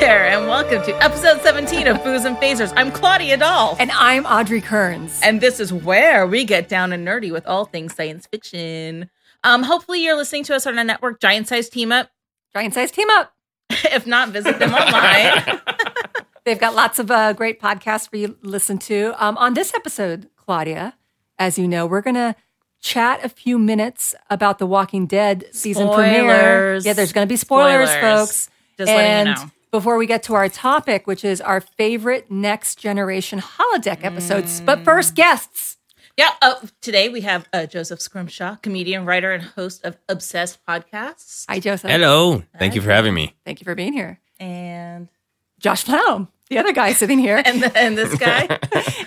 there, and welcome to episode 17 of Booze and Phasers. I'm Claudia Dahl, And I'm Audrey Kearns. and this is where we get down and nerdy with all things science fiction. Um, hopefully, you're listening to us on a network, Giant Size Team Up. Giant Size Team Up. If not, visit them online. They've got lots of uh, great podcasts for you to listen to. Um, on this episode, Claudia, as you know, we're going to chat a few minutes about The Walking Dead season premiere. Spoilers. Yeah, there's going to be spoilers, Spoilers. folks. Just and letting you know. Before we get to our topic, which is our favorite next generation holodeck episodes, Mm. but first, guests. Yeah, uh, today we have uh, Joseph Scrimshaw, comedian, writer, and host of Obsessed Podcasts. Hi, Joseph. Hello. Thank you for having me. Thank you for being here. And Josh Flaum, the other guy sitting here. and, and this guy.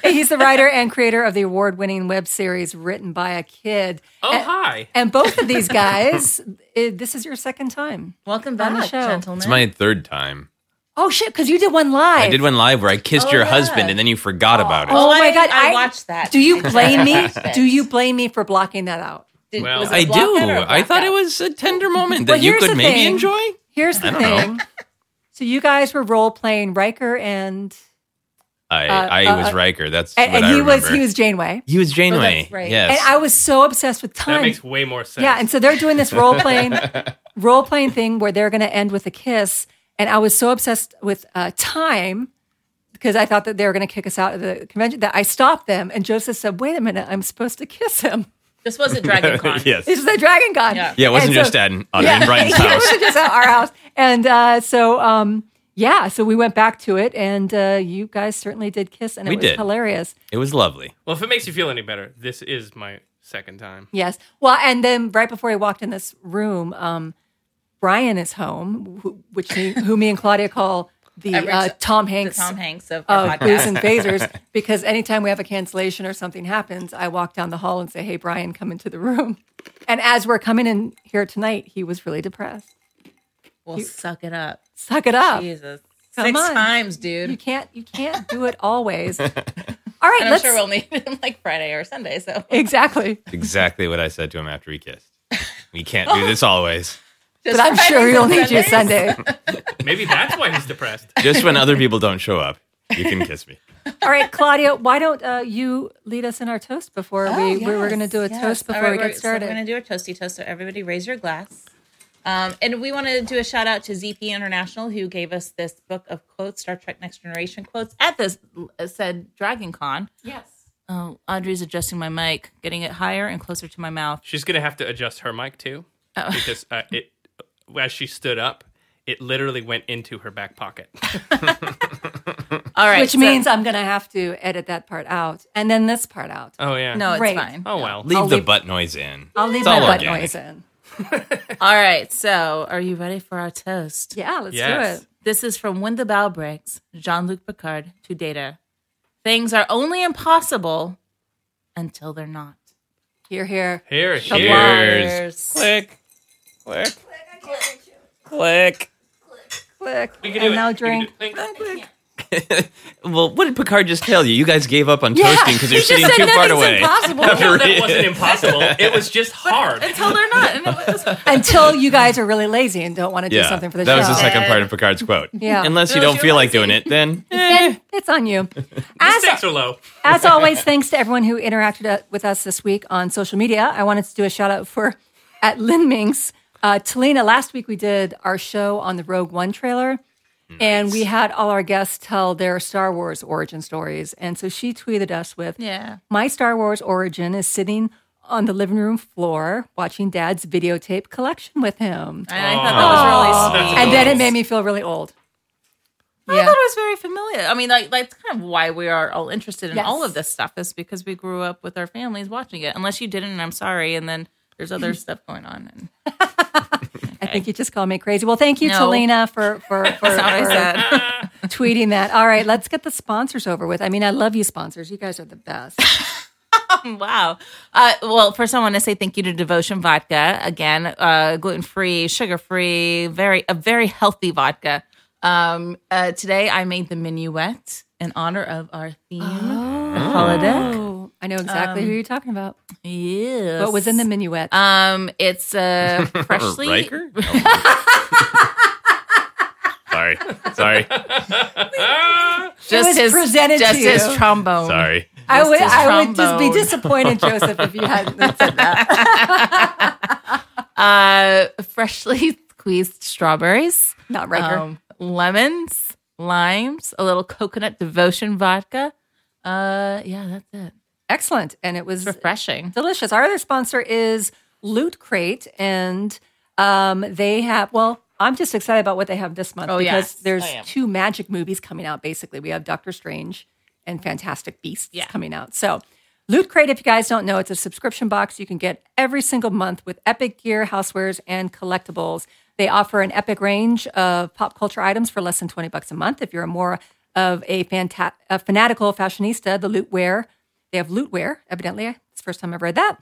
He's the writer and creator of the award winning web series Written by a Kid. Oh, Uh, and, hi. and both of these guys, i this is your second time. Welcome On the back, show. gentlemen. It's my third time. Oh, shit, because you did one live. I did one live where I kissed Oh, your yeah. husband and then you forgot about it. Oh, I my didn't- God. I watched that. Do you blame me? Yes. Do you blame me for blocking that out? Did- Well, was it I blocked do. out or I thought blackout? it was a tender moment that Well, you here's the could maybe thing. enjoy. Here's the I don't know. thing. So you guys were role playing Riker and I, Uh, I uh, was uh, Riker. That's and, what and I he was remember. he was Janeway. He was Janeway. that's right. Yes. And I was so obsessed with time. That makes way more sense. Yeah, and so they're doing this role playing role playing thing where they're going to end with a kiss, and I was so obsessed with uh, time because I thought that they were going to kick us out of the convention that I stopped them, and Joseph said, "Wait a minute, I'm supposed to kiss him." This was a Dragon Con. yes. This is a dragon god. Yeah. Yeah, it wasn't And so- just at, on Yeah. in Brian's it house. wasn't just at our house, and uh, so um, yeah, so we went back to it, and uh, you guys certainly did kiss, and it We was did. hilarious. It was lovely. well, if it makes you feel any better, this is my second time. Yes. Well, and then right before I walked in this room, um, Brian is home, wh- which me, who me and Claudia call the Every- uh, Tom The Hanks Tom Hanks of our of Booze podcast. and Phasers, because anytime we have a cancellation or something happens, I walk down the hall and say, "Hey, Brian, come into the room." And as we're coming in here tonight, he was really depressed. Well, suck it up. Suck it up. Jesus. Come Six on. times, You dude. can't. You can't do it always. All right, And I'm let's sure we'll meet him like Friday or Sunday. So exactly. Exactly what I said to him after we kissed. We can't do this always. Just But I'm Fridays sure he'll and need you Sundays. Sunday. Maybe that's why he's depressed. Just when other people don't show up, you can kiss me. All right, Claudia, why don't uh, you lead us in our toast before we, we were going to do a Oh, Yes. toast All before right, we we're- get started? So we're going to do a toasty toast. So everybody raise your glass. Um, and we want to do a shout out to ZP International who gave us this book of quotes, Star Trek Next Generation quotes at this uh, said Dragon Con. yes. Oh, Audrey's adjusting my mic, getting it higher and closer to my mouth. She's going to have to adjust her mic too Oh. because uh, it as she stood up, it literally went into her back pocket. All right. Which so- means I'm going to have to edit that part out and then this part out. Oh yeah. no, it's Right. fine. Oh well. Leave I'll the leave- butt noise in. I'll leave Uh, It's my all butt organic. noise in. All right. So, are you ready for our toast? Yeah, let's Yes. do it. This is from When the Bell Breaks, Jean Luc Picard to Data. Things are only impossible until they're not. Here, here. Here, here. Cheers. Click. Click. Click. Click. We can do And it. now We can do drink. it. Clink. Well, what did Picard just tell you? You guys gave up on Yeah, toasting because he you're just sitting said too far nothing's away. impossible. That wasn't impossible. It was just hard. Until they're not. And it was, Until you guys are really lazy and don't want to do Yeah, something for the that show. was the second Yeah. part of Picard's quote. Yeah. Unless you No, don't you're feel like lazy. doing it, then Then it's on you. As, Stakes are low. As always, thanks to everyone who interacted uh, with us this week on social media. I wanted to do a shout out for at Lin Minx. Uh, Talina, last week we did our show on the Rogue One trailer, and we had all our guests tell their Star Wars origin stories. And so she tweeted us with, Yeah. My Star Wars origin is sitting on the living room floor watching dad's videotape collection with him. and I thought that was really sweet. And then it made me feel really old. I thought it was very familiar. I mean, like, like, that's kind of why we are all interested in Yes. all of this stuff is because we grew up with our families watching it. Unless you didn't, and I'm sorry. And then there's other stuff going on. And I think you just called me crazy. Well, thank you, No. Talina, for for, for, that's not what for- I said. tweeting that. All right, let's get the sponsors over with. I mean, I love you, sponsors. You guys are the best. Wow. Uh, well, first, I want to say thank you to Devotion Vodka again. Uh, gluten free, sugar free, very a very healthy vodka. Um, uh, today, I made the minuet in honor of our theme, the holodeck. Oh, I know exactly Um, who you're talking about. Yes. What was in the minuet? Um, it's uh, freshly. Riker. Sorry, Sorry. Sorry. Just was his presented just to you. his trombone. Sorry. I would, his I would just be uh, trombone. disappointed, Joseph, if you hadn't said that. Uh, freshly squeezed strawberries, Not Riker. um, lemons, limes, a little coconut devotion vodka. Uh, yeah, that's it. Excellent. And it was Refreshing. delicious. Our other sponsor is Loot Crate, and um, they have. Well, I'm just excited about what they have this month Oh, because yes. there's I am. two magic movies coming out. Basically, we have Doctor Strange and Fantastic Beasts Yeah. coming out. So. Loot Crate, if you guys don't know, it's a subscription box you can get every single month with epic gear, housewares, and collectibles. They offer an epic range of pop culture items for less than 20 bucks a month. If you're more of a, fanta- a fanatical fashionista, the Lootware they have loot wear, evidently. It's the first time I've read that.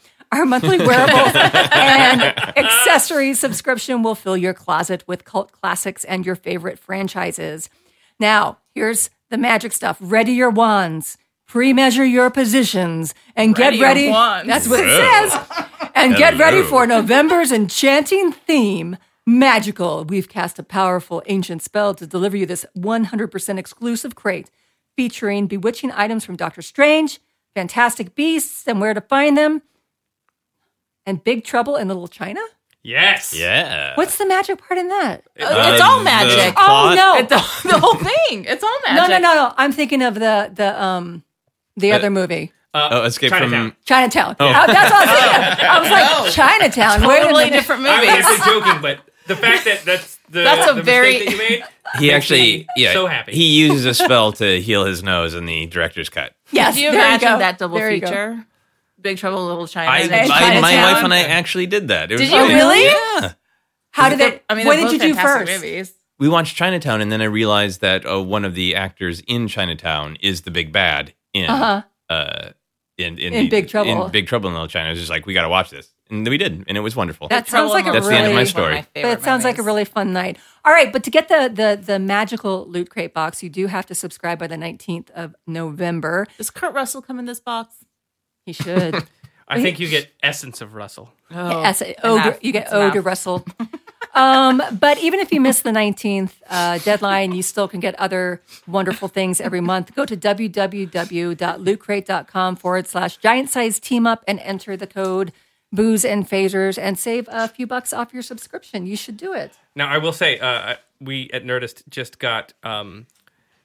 Our monthly wearables and Uh. accessory subscription will fill your closet with cult classics and your favorite franchises. Now, here's the magic stuff. Ready your wands, pre-measure your positions, and Ready get your ready. wands. That's what it Whoa. says. And get ready Hello. for November's enchanting theme. Magical. We've cast a powerful ancient spell to deliver you this 100% exclusive crate featuring bewitching items from Doctor Strange, Fantastic Beasts, and where to find them, and Big Trouble in Little China. Yes. Yeah. What's the magic part in that? Uh, it's all magic. Oh, no. It's all, the whole thing. It's all magic. No, no, no, no. I'm thinking of the the um the other movie. Uh, Oh, escape Chinatown. from. Chinatown. Oh. that's what I was thinking. I was like, Chinatown. Wait a Totally minute. different I was movies. actually joking, but the fact that that's the That's a the very- mistake that you made. He actually. Yeah. so happy. He uses a spell to heal his nose in the director's cut. Yes, Do you there imagine go. that double There you go. feature? Big Trouble in Little China. I, and then I- my Chinatown. wife and I actually did that. It was Did you really? Oh, Yeah. Oh, How did They're- it? what they're did you both do fantastic first? Movies. we watched Chinatown, and then I realized that uh, one of the actors in Chinatown is the big bad in uh Uh-huh. in, in, In the- Big Trouble. in Big Trouble in Little China. I was just like, we got to watch this, and then we did, and it was wonderful. That sounds like a That's the really. end of my story. but it sounds like a really fun night. All right, but to get the the the magical loot crate box, you do have to subscribe by the nineteenth of November. Does Kurt Russell come in this box? He should. I think you get essence of Russell. Oh, Yes, Ogre, enough. you get That's enough. Ogre Russell. um, but even if you miss the 19th uh, deadline, you still can get other wonderful things every month. Go to www.lootcrate.com forward slash giant size team up and enter the code booze and phasers and save a few bucks off your subscription. You should do it. Now, I will say, uh, we at Nerdist just got um,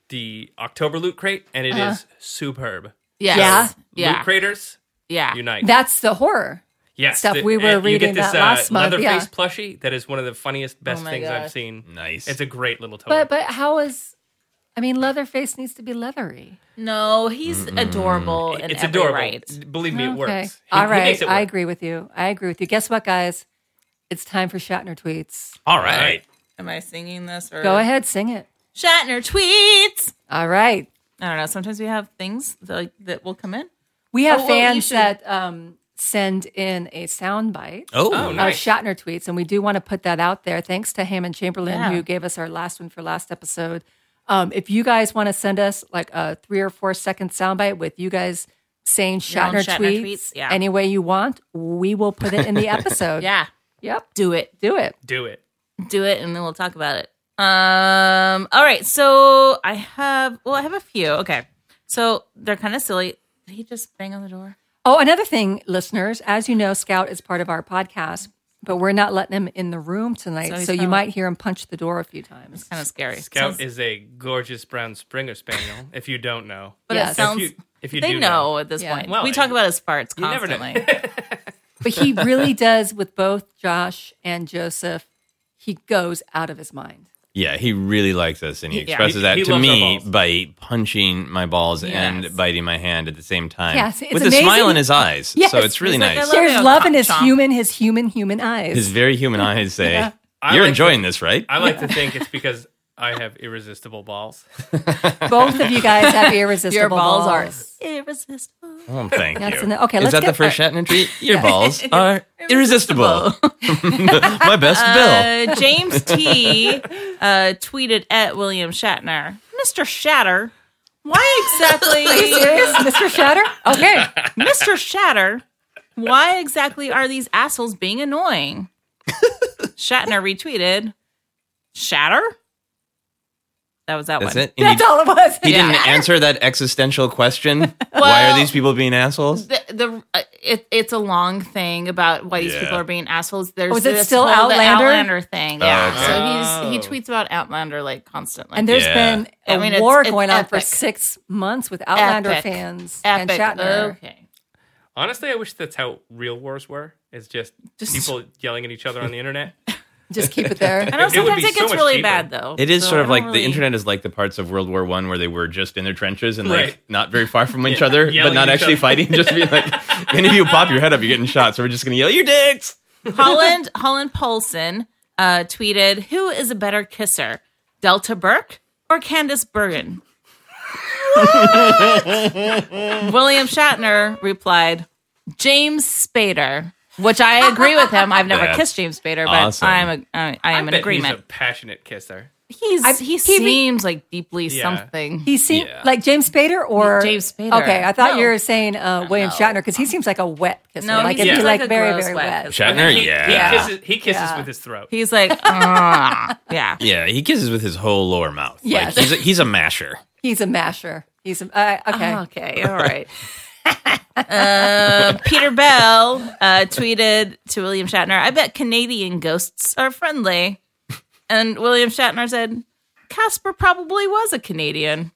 the October Loot Crate, and it is Uh-huh. superb. Yes. Yeah. Loot Craters Yeah. unite! That's the horror. yes, stuff we were and reading you get this, that last uh, month, Leatherface yeah. Oh plushie that is one of the funniest, best my things I've gosh. seen. nice. It's a great little toy. But but how is I mean Leatherface needs to be leathery. No, he's adorable. In it's every adorable. right. Believe me, it works. He- All he right. makes it I work. agree with you. I agree with you. Guess what, guys? It's time for Shatner tweets. All right. Am I singing this or Go ahead, sing it. Shatner tweets? All right. I don't know. Sometimes we have things that, like, that will come in. We have Oh, well, you fans should- that um, send in a soundbite Oh, nice. of Shatner tweets, and we do want to put that out there. Thanks to Hammond Chamberlain, Yeah. who gave us our last one for last episode. Um, if you guys want to send us like a three or four second soundbite with you guys saying Your own Shatner, Shatner tweets, tweets, yeah. any way you want, we will put it in the episode. Yeah. Yep. Do it. Do it. Do it. do it and then we'll talk about it. Um all right, so I have well, I have a few. Okay. So they're kind of silly. Did he just bang on the door? Oh, another thing, listeners, as you know, Scout is part of our podcast, but we're not letting him in the room tonight. So So, he's you probably- might hear him punch the door a few times. Kind of scary. Scout Sounds- is a gorgeous brown Springer Spaniel. If you don't know, but Yes. it If sounds you- if you they do know, know. at this Yeah. point. Well, we talk about his farts you never know. constantly. But he really does with both Josh and Joseph. He goes out of his mind. Yeah, he really likes us, and he Yeah. expresses He- that he to loves our me balls. by punching my balls Yes. and biting my hand at the same time. Yes, it's with a amazing. smile in his eyes. Yes, so it's really he's like, nice. "I love There's you, love cock in his chomp." human, his human, human eyes. his very human eyes say, I "You're like enjoying this, right?" I like to think it's because I have irresistible balls. Both of you guys have irresistible Your balls, balls. are irresistible. Oh, thank That's you. an- okay, Is let's that get the first Shatner tweet? Your balls are irresistible. Irresistible. My best bill. Uh, James T uh, tweeted at William Shatner, Mr. Shatter, why Are you exactly serious, Mr. Shatter? Okay. Mr. Shatter, why exactly are these assholes being annoying? Shatner retweeted, Shatter? That was that That's one. it. And That's he, all it was. he Yeah. didn't answer that existential question. Why Well- are these people being assholes? The, the uh, it, it's a long thing about why these Yeah. Oh, people are being assholes. There's Oh, is it this still whole- the Outlander? Outlander thing. Yeah, okay. so he's he tweets about Outlander like constantly. And there's Yeah. been a I mean, it's- war it's going on for epic. six months with Outlander Epic. fans and epic. Oh, Shatner. Okay, Honestly, I wish that's how real wars were. It's just, Just- people yelling at each other on the internet. Just keep it there. I know It would sometimes be it, so gets much really cheaper. bad though. It is So sort I of don't like the really- internet is like the parts of World War One where they were just in their trenches and Right. like not very far from each other, but Yelling not at each actually other. fighting. Just be like, any of you pop your head up, you're getting shot. So we're just gonna yell, "Your dicks!" Holland Holland Paulson uh, tweeted, "Who is a better kisser, Delta Burke or Candace Bergen?" William Shatner replied, "James Spader," which I agree with him. I've never That's kissed James Spader, but awesome. I'm a, I, I am in bet He's a agreement. passionate kisser. He's, I- he he be- seems like deeply Yeah. something. He seemed Yeah. like James Spader or James Spader. Okay, I thought No. you were saying uh, William No. Shatner because he seems like a wet kisser. No, like he if seems you like like, a very gross very wet wet. kisser. Shatner, He, yeah, he kisses, he kisses Yeah. with his throat. He's like, "Ah." yeah. yeah, he kisses with his whole lower mouth. Yes. Like, he's a, he's a masher. He's a masher. He's a uh, okay. Oh, Okay. All right. uh, Peter Bell uh, tweeted to William Shatner, I bet Canadian ghosts are friendly. And William Shatner said, Casper probably was a Canadian.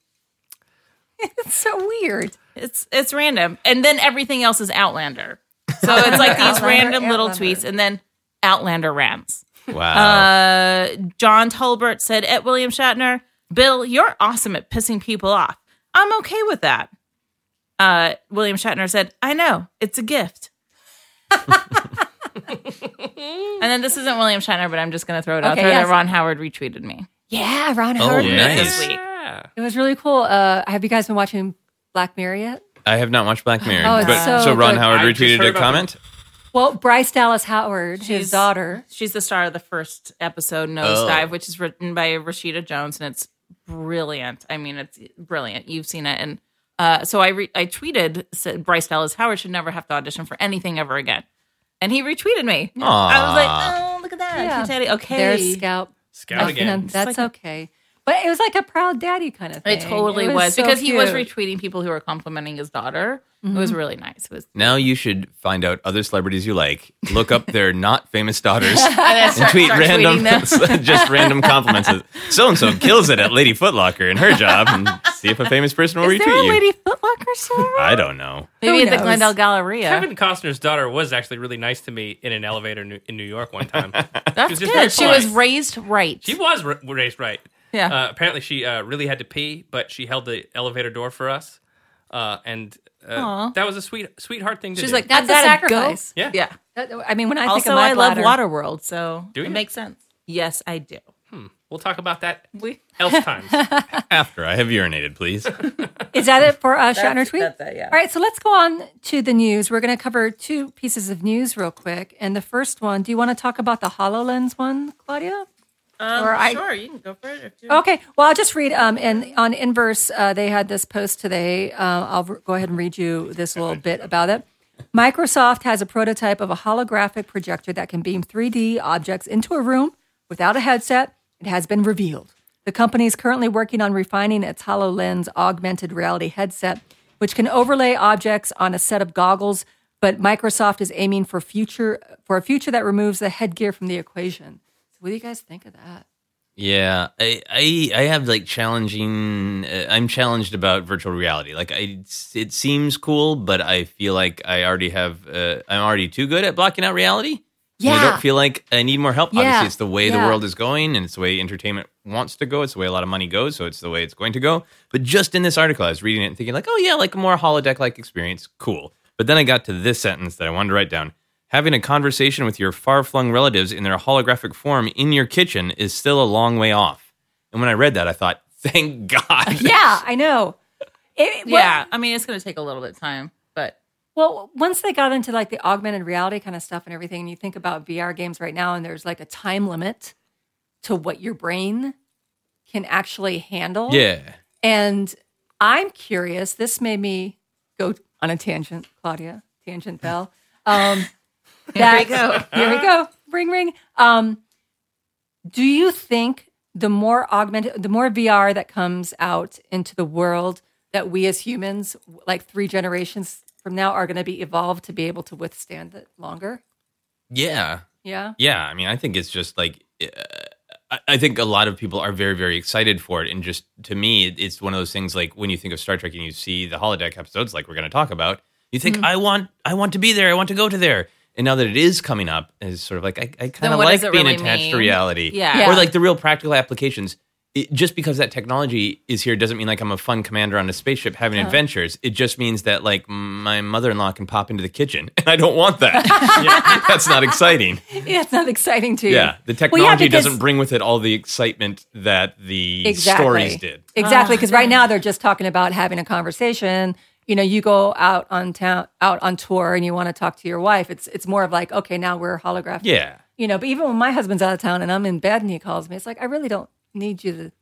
It's so weird. It's it's random. And then everything else is Outlander. So it's like these Outlander, random little Outlander. tweets and then Outlander rants. Wow. Uh, John Tolbert said at William Shatner, Bill, you're awesome at pissing people off. I'm okay with that. Uh, William Shatner said, I know, it's a gift. and then this isn't William Shatner, but I'm just going to throw it out Okay, there yes. that Ron Howard retweeted me. Yeah, Ron Oh, Howard. nice. This week. Yeah. It was really cool. Uh, have you guys been watching Black Mirror yet? I have not watched Black Mirror, Oh, it's but so so, Ron good. Howard I just retweeted heard a about comment. Well, Bryce Dallas Howard, She's- his daughter. She's the star of the first episode, Nosedive, which is written by Rashida Jones, and it's brilliant. I mean, it's brilliant. You've seen it, and uh, so I re- I tweeted said Bryce Dallas Howard should never have to audition for anything ever again, and he retweeted me. I was Aw. like, oh look at that, Yeah. Cute daddy. Okay, There's Scout. Scout Oh, again. no, that's okay. But it was like a proud daddy kind of thing. it totally It was, so because he was cute. retweeting people who were complimenting his daughter. It was really nice. It was Now you should find out other celebrities you like, look up their not famous daughters, and then and start- tweet start random, tweeting them. just random compliments. So and so kills it at Lady Footlocker in her job, and see if a famous person will Is there retweet a you. Lady Footlocker store? I don't know. Maybe at the knows? Glendale Galleria. Kevin Costner's daughter was actually really nice to me in an elevator nu- in New York one time. That's was just very good. She was polite. raised right. she was ra- raised right. Yeah. Uh, apparently, she uh, really had to pee, but she held the elevator door for us, uh, and uh, Aw. that was a sweet sweetheart thing to She's do. like, That's a "Gotta go." sacrifice. yeah, yeah. That- I mean, when I think also, of my I love bladder- Waterworld, so Do it you? makes sense. Yes, I do. We'll talk about that We else times. After I have urinated, please. Is that it for uh, Shatner tweet? that's it, yeah. All right, so let's go on to the news. We're going to cover two pieces of news real quick. And the first one, do you want to talk about the Hololens one, Claudia? Or I- um, sure you can go for it. If you Okay. Well, I'll just read. Um, and on Inverse, uh, they had this post today. Uh, I'll r- go ahead and read you this little bit about it. Microsoft has a prototype of a holographic projector that can beam 3D objects into a room without a headset. It has been revealed. The company is currently working on refining its HoloLens augmented reality headset, which can overlay objects on a set of goggles. But Microsoft is aiming for future for a future that removes the headgear from the equation. So what do you guys think of that? Yeah, I, I I have like challenging. Uh, I'm challenged about virtual reality. Like I, it seems cool, but I feel like I already have. Uh, I'm already too good at blocking out reality. And I Yeah. don't feel like I need more help. Yeah. Obviously, it's the way Yeah. the world is going, and it's the way entertainment wants to go. It's the way a lot of money goes, so it's the way it's going to go. But just in this article, I was reading it and thinking like, oh yeah, like a more holodeck like experience, cool. But then I got to this sentence that I wanted to write down. Having a conversation with your far flung relatives in their holographic form in your kitchen is still a long way off. And when I read that, I thought, thank God. Yeah, I know. It, well, yeah, I mean it's going to take a little bit of time, but Well, once they got into like the augmented reality kind of stuff and everything, and you think about VR games right now, and there's like a time limit to what your brain can actually handle. Yeah. And I'm curious. This made me go on a tangent, Claudia. Tangent bell. Um, that, here we go. Here we go. Ring ring. Um, do you think the more augmented, the more VR that comes out into the world that we as humans, like three generations from now, are going to be evolved to be able to withstand it longer. Yeah. Yeah. Yeah, I mean, I think it's just like uh, I- I think a lot of people are very, very excited for it, and just to me, it- it's one of those things. Like when you think of Star Trek and you see the holodeck episodes, like we're going to talk about, you think, Mm-hmm. "I want, I want to be there. I want to go to there." And now that it is coming up, is sort of like I, I kind of what like does it being really attached mean? to reality, Yeah. Yeah. or like the real practical applications. It, just because that technology is here doesn't mean like I'm a fun commander on a spaceship having adventures. It just means that like my mother-in-law can pop into the kitchen, and I don't want that. That's not exciting. Yeah, it's not exciting to you. Yeah, the technology doesn't bring with it all the excitement that the stories did. Exactly, because right now they're just talking about having a conversation. You know, you go out on town, out on tour, and you want to talk to your wife. It's it's more of like, okay, now we're holographic. Yeah, You know, but even when my husband's out of town and I'm in bed and he calls me, it's like I really don't need you to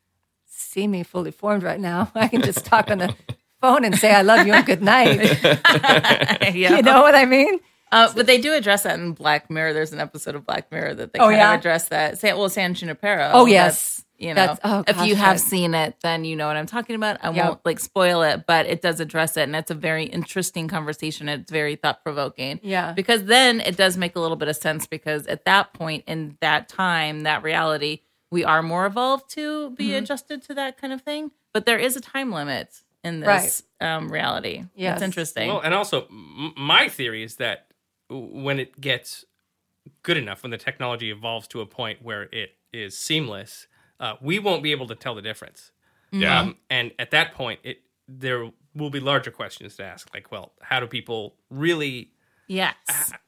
see me fully formed right now. I can just talk on the phone and say I love you and good night. yeah. You know what I mean? Uh, but they do address that in Black Mirror. There's an episode of Black Mirror that they Oh, kind yeah? of address that. Say, well, San Junipero. Oh, yes. That's, you know, That's- oh, if you gosh, have that- seen it, then you know what I'm talking about. I Yeah. won't like spoil it, but it does address it, and it's a very interesting conversation. It's very thought provoking. Yeah. because then it does make a little bit of sense because at that point in that time, that reality, we are more evolved to be Mm-hmm. adjusted to that kind of thing. But there is a time limit in this um, reality. Yes. it's interesting. Well, and also, m- my theory is that w- when it gets good enough, when the technology evolves to a point where it is seamless, uh, we won't be able to tell the difference. yeah. Um, and at that point, it there will be larger questions to ask, like, well, how do people really, yes.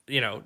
you know,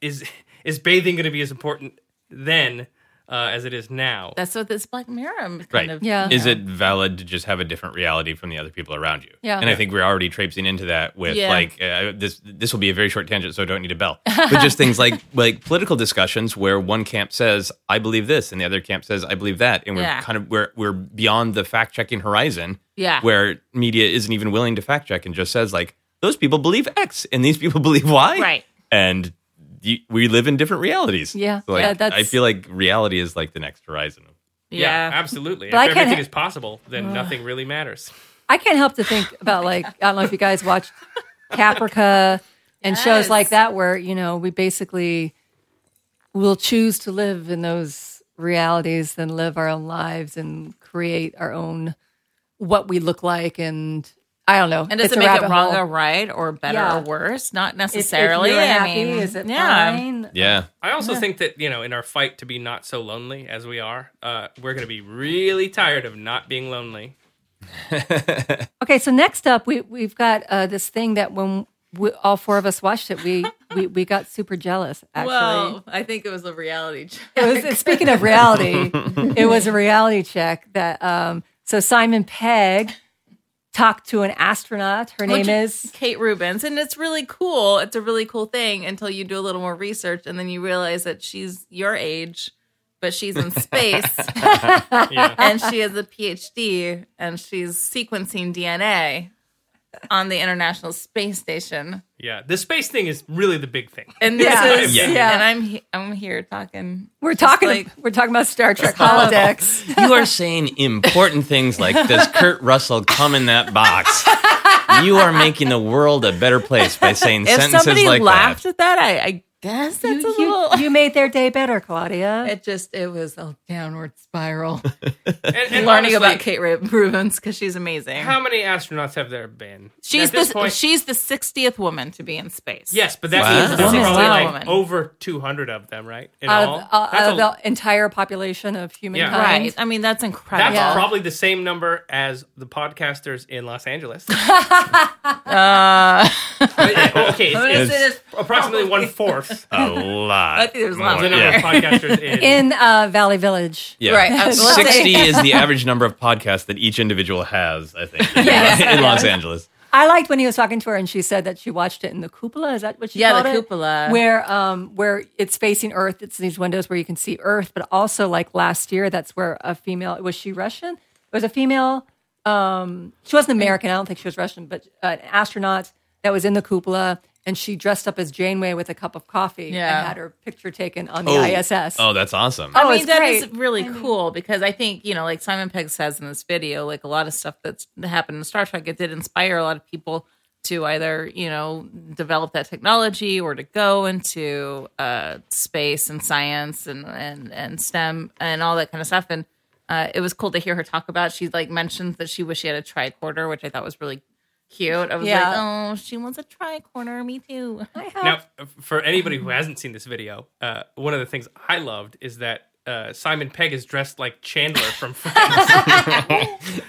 is is bathing going to be as important then uh, as it is now? That's what this Black Mirror kind Right. of Yeah. Is it valid to just have a different reality from the other people around you? Yeah. And I think we're already traipsing into that with Yeah. like uh, this. This will be a very short tangent, so I don't need a bell. But just things like like political discussions where one camp says I believe this and the other camp says I believe that, and we're Yeah. kind of we're we're beyond the fact checking horizon. Yeah. Where media isn't even willing to fact check and just says like those people believe X and these people believe Y. Right. And you, we live in different realities. Yeah. So, like, Yeah, that's- I feel like reality is like the next horizon. Yeah. absolutely. But I if can't everything ha- is possible, then nothing really matters. I can't help to think about like I don't know if you guys watched Caprica and shows Yes. like that where you know we basically will choose to live in those realities and live our own lives and create our own what we look like and I don't know. And does It's it a make it rabbit wrong hole. or right or better Yeah. or worse? Not If- if necessarily. you're I happy, mean, is it yeah. fine? Yeah. I also think that you know, in our fight to be not so lonely as we are, uh, we're going to be really tired of not being lonely. Okay, so next up we we've got uh, this thing that when we, all four of us watched it, we we, we got super jealous. Actually, Well, I think it was a reality It check. was, it's- speaking of reality, it was a reality check that. Um, so Simon Pegg talked to an astronaut. Her name Which- is Kate Rubens, and it's really cool. It's a really cool thing until you do a little more research and then you realize that she's your age, but she's in space Yeah. and she has a PhD and she's sequencing DNA on the International Space Station. yeah, the space thing is really the big thing. And this Yeah. is Yeah. Yeah. and I'm he- I'm here talking we're talking like- we're talking about Star Trek holodecks. You are saying important things like, does Kurt Russell come in that box? You are making the world a better place by saying if sentences somebody like laughed that. at that, I, I guess that's you, a little. you made their day better, Claudia. it just it was a downward spiral. And, and Learning honestly, about Kate Rub- Rubens because she's amazing. how many astronauts have there been? she's At this the point, she's the sixtieth woman to be in space. yes, but that's, Wow. that's Woman, probably wow. like over two hundred of them, right? In Out all, of, uh, that's, out of a- the entire population of humankind, right. I mean that's that's incredible. Yeah. probably the same number as the podcasters in Los Angeles. Uh, Uh. okay, I'm gonna it's, say it's this- approximately one fourth A I lot. think there's a of lot. the number Oh, Yeah. of podcasters in. in uh, Valley Village. Yeah. Right, I was gonna 60 is the average number of podcasts that each individual has, I think, in Los Angeles. I liked when he was talking to her, and she said that she watched it in the cupola. Is that what she Yeah, called the it? cupola. where um where it's facing Earth. It's these windows where you can see Earth, but also like last year, that's where a female was she Russian? It was a female. Um, she wasn't American. I don't think she was Russian, but an astronaut that was in the cupola, and she dressed up as Janeway with a cup of coffee Yeah. and had her picture taken on the Oh. ISS. Oh, that's awesome. I Oh, mean, it's that is great. really cool because I think, you know, like Simon Pegg says in this video, like a lot of stuff that's happened in Star Trek, it did inspire a lot of people to either, you know, develop that technology or to go into uh, space and science and, and, and STEM and all that kind of stuff. And uh, it was cool to hear her talk about. She like mentions that she wished she had a tricorder, which I thought was really cute. I was Yeah. like, oh, she wants a tricorder. Me too. I have Now, for anybody who hasn't seen this video, uh, one of the things I loved is that uh, Simon Pegg is dressed like Chandler from Friends.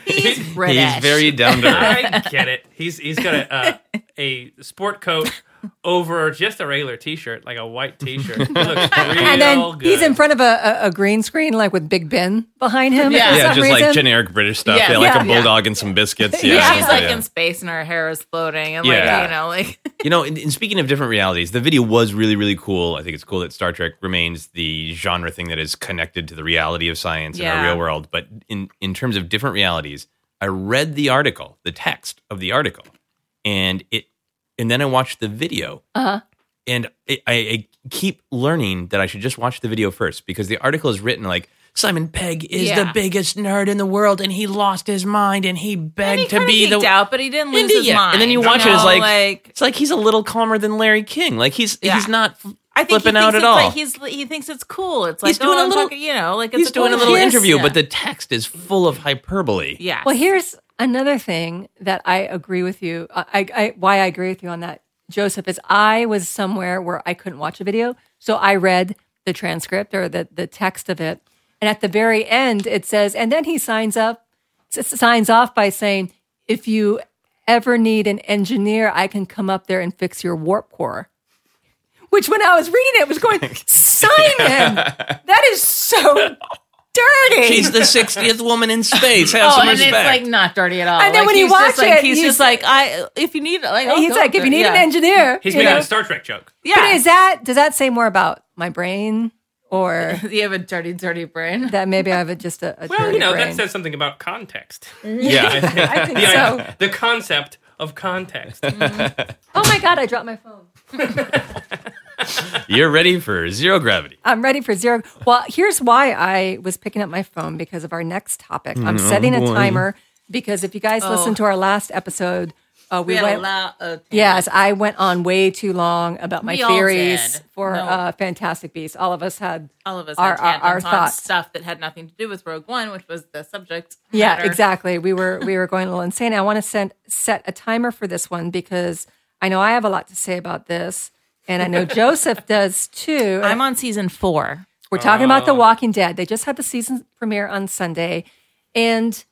He's British. He's very down to earth. I get it. He's he's got a, uh, a sport coat over just a regular T-shirt, like a white T-shirt. It looks real and then good. he's in front of a, a, a green screen, like with Big Ben behind him. Yeah. for Yeah, some just like reason. generic British stuff. Yeah. Yeah, like Yeah. a bulldog and some biscuits. Yeah, Yeah, she's like yeah. in space and her hair is floating and Yeah. like you know like You know, and, and speaking of different realities, the video was really, really cool. I think it's cool that Star Trek remains the genre thing that is connected to the reality of science and Yeah. our real world. But in, in terms of different realities, I read the article, the text of the article, and it, and then I watched the video. Uh-huh. And it, I, I keep learning that I should just watch the video first because the article is written like Simon Pegg is Yeah. the biggest nerd in the world, and he lost his mind, and he begged he to kinda be the geeked out, but he didn't lose Indeed, his yeah. mind. And then you watch it, it's know, like, it's like he's a little calmer than Larry King. Like he's Yeah. he's not I think flipping he thinks out at it's all. Like he's he thinks it's cool. It's like He's doing oh, a I'm little- talking- you know, like it's he's a doing cool a little shit. interview, Yeah. but the text is full of hyperbole. yeah, Well, here's another thing that I agree with you. uh, I, I why I agree with you on that, Joseph, is I was somewhere where I couldn't watch a video, so I read the transcript or the the text of it, and at the very end it says, and then he signs up, s- signs off by saying, if you ever need an engineer, I can come up there and fix your warp core. Which, when I was reading it, was going, Simon, that is so dirty. She's the sixtieth woman in space. Have Oh, some and it's like respect. not dirty at all. And then Like, when you he's just watch like, it, he's, he's- just like, I if you need, like, I'll He's go like, with if you it. need yeah. an engineer, He's you making know? a Star Trek joke. But yeah, is that does that say more about my brain or you have a dirty, dirty brain. that maybe I have a, just a, a Well, dirty you know brain? that says something about context. yeah. I think The- so. the concept of context. Oh my god, I dropped my phone. You're ready for zero gravity. I'm ready for zero. Well, here's why I was picking up my phone because of our next topic. I'm setting a timer because if you guys listen to our last episode, Oh. uh, we, We had a went. lot of- Yes, I went on way too long about my We all theories did. for No. uh, Fantastic Beasts. All of us had all of us our had our, our tangents on thoughts. stuff that had nothing to do with Rogue One, which was the subject. Yeah, matter. exactly. We were we were going a little insane. I want to send, set a timer for this one because I know I have a lot to say about this, and I know Joseph does too. I'm on season four. We're talking about The Walking Dead. They just had the season premiere on Sunday, and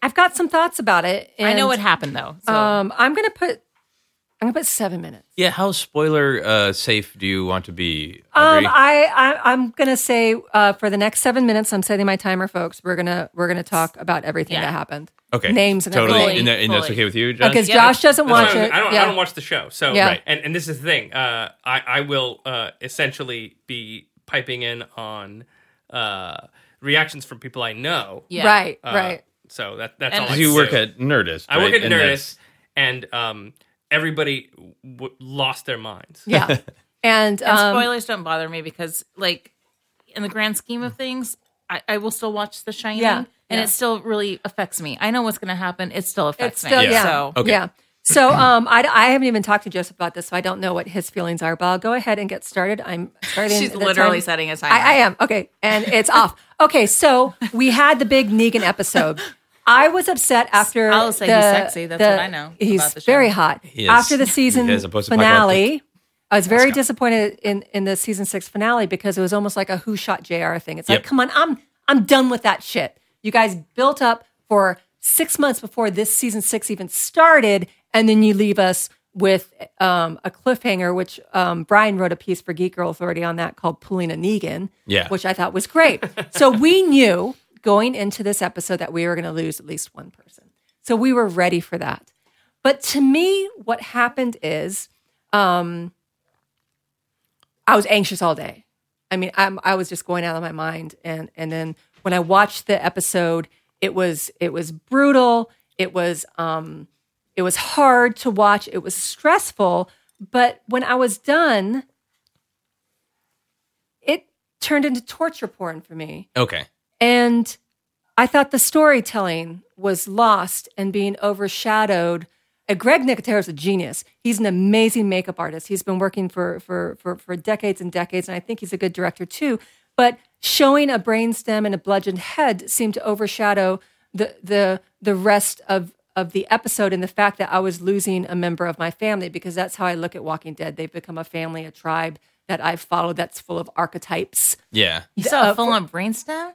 I've got some thoughts about it. And, I know what happened though. So. Um, I'm gonna put I'm gonna put seven minutes. Yeah, how spoiler uh, safe do you want to be? Um, Audrey? I, I I'm gonna say uh, for the next seven minutes, I'm setting my timer, folks. We're gonna we're gonna talk about everything Yeah. that happened. okay, names and totally, everything. and, that- and that's Fully. okay with you, John. Because Yeah, Josh doesn't That's watch what I'm- it. I don't, Yeah. I don't watch the show. So, Yeah. Right. and, and this is the thing. Uh, I, I will uh, essentially be piping in on uh, reactions from people I know. Yeah. Right, Uh, right. So that, that's And- all I 'Cause you do. work at Nerdist. I work right? And at Nerdist, and um, everybody w- lost their minds. Yeah. And, And um, spoilers don't bother me because, like, in the grand scheme of things, I, I will still watch The Shining, Yeah, and yeah. it still really affects me. I know what's going to happen; it still affects it's still, me. yeah. Yeah. So, Okay. Yeah. So um, I, I haven't even talked to Joseph about this, so I don't know what his feelings are, but I'll go ahead and get started. I'm starting. she's the literally time- setting a timer. I, I am. Okay. And it's off. Okay. So we had the big Negan episode. I was upset after. I'll say the- he's sexy. That's the- what I know He's about the show. very hot. is. After the He season is, opposed to finale, I was very disappointed in, in the season six finale because it was almost like a who shot JR thing. It's like, Yep. come on, I'm I'm done with that shit. You guys built up for six months before this season six even started, and then you leave us with um, a cliffhanger, which um, Brian wrote a piece for Geek Girl Authority on that called Polina Negan, Yeah. which I thought was great. so we knew going into this episode that we were going to lose at least one person. So we were ready for that. But to me, what happened is um, I was anxious all day. I mean, I'm, I was just going out of my mind, and and then when I watched the episode, it was it was brutal. It was um, it was hard to watch. It was stressful. But when I was done, it turned into torture porn for me. Okay. And I thought the storytelling was lost and being overshadowed. Uh, Greg Nicotero is a genius. He's an amazing makeup artist. He's been working for, for, for, for decades and decades, and I think he's a good director too. But showing a brainstem and a bludgeoned head seemed to overshadow the, the, the rest of, of the episode and the fact that I was losing a member of my family because that's how I look at Walking Dead. They've become a family, a tribe that I've followed that's full of archetypes. Yeah. You saw a full on brainstem?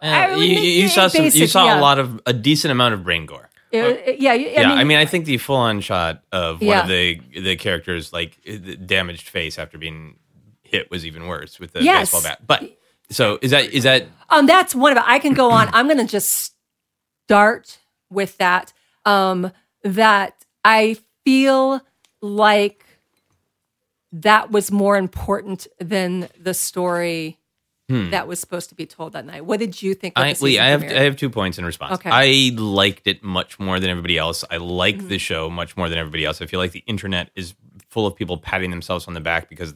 Uh, would you, think you saw some, you basic, saw yeah. a lot of a decent amount of brain gore. It- yeah, you- I Uh, yeah, mean, I mean, I think the full on shot of one Yeah. of the the characters, like eh, the damaged face after being hit, was even worse with the Yes. baseball bat. But so is that is that Um, that's one of it. I can go on. I'm going to just start with that. Um, that I feel like that was more important than the story that was supposed to be told that night. What did you think? of Hmm. I, the Lee, season I have premiere? I have two points in response. Okay. Mm-hmm. I liked it much more than everybody else. I like the show much more than everybody else. I feel like the internet is full of people patting themselves on the back because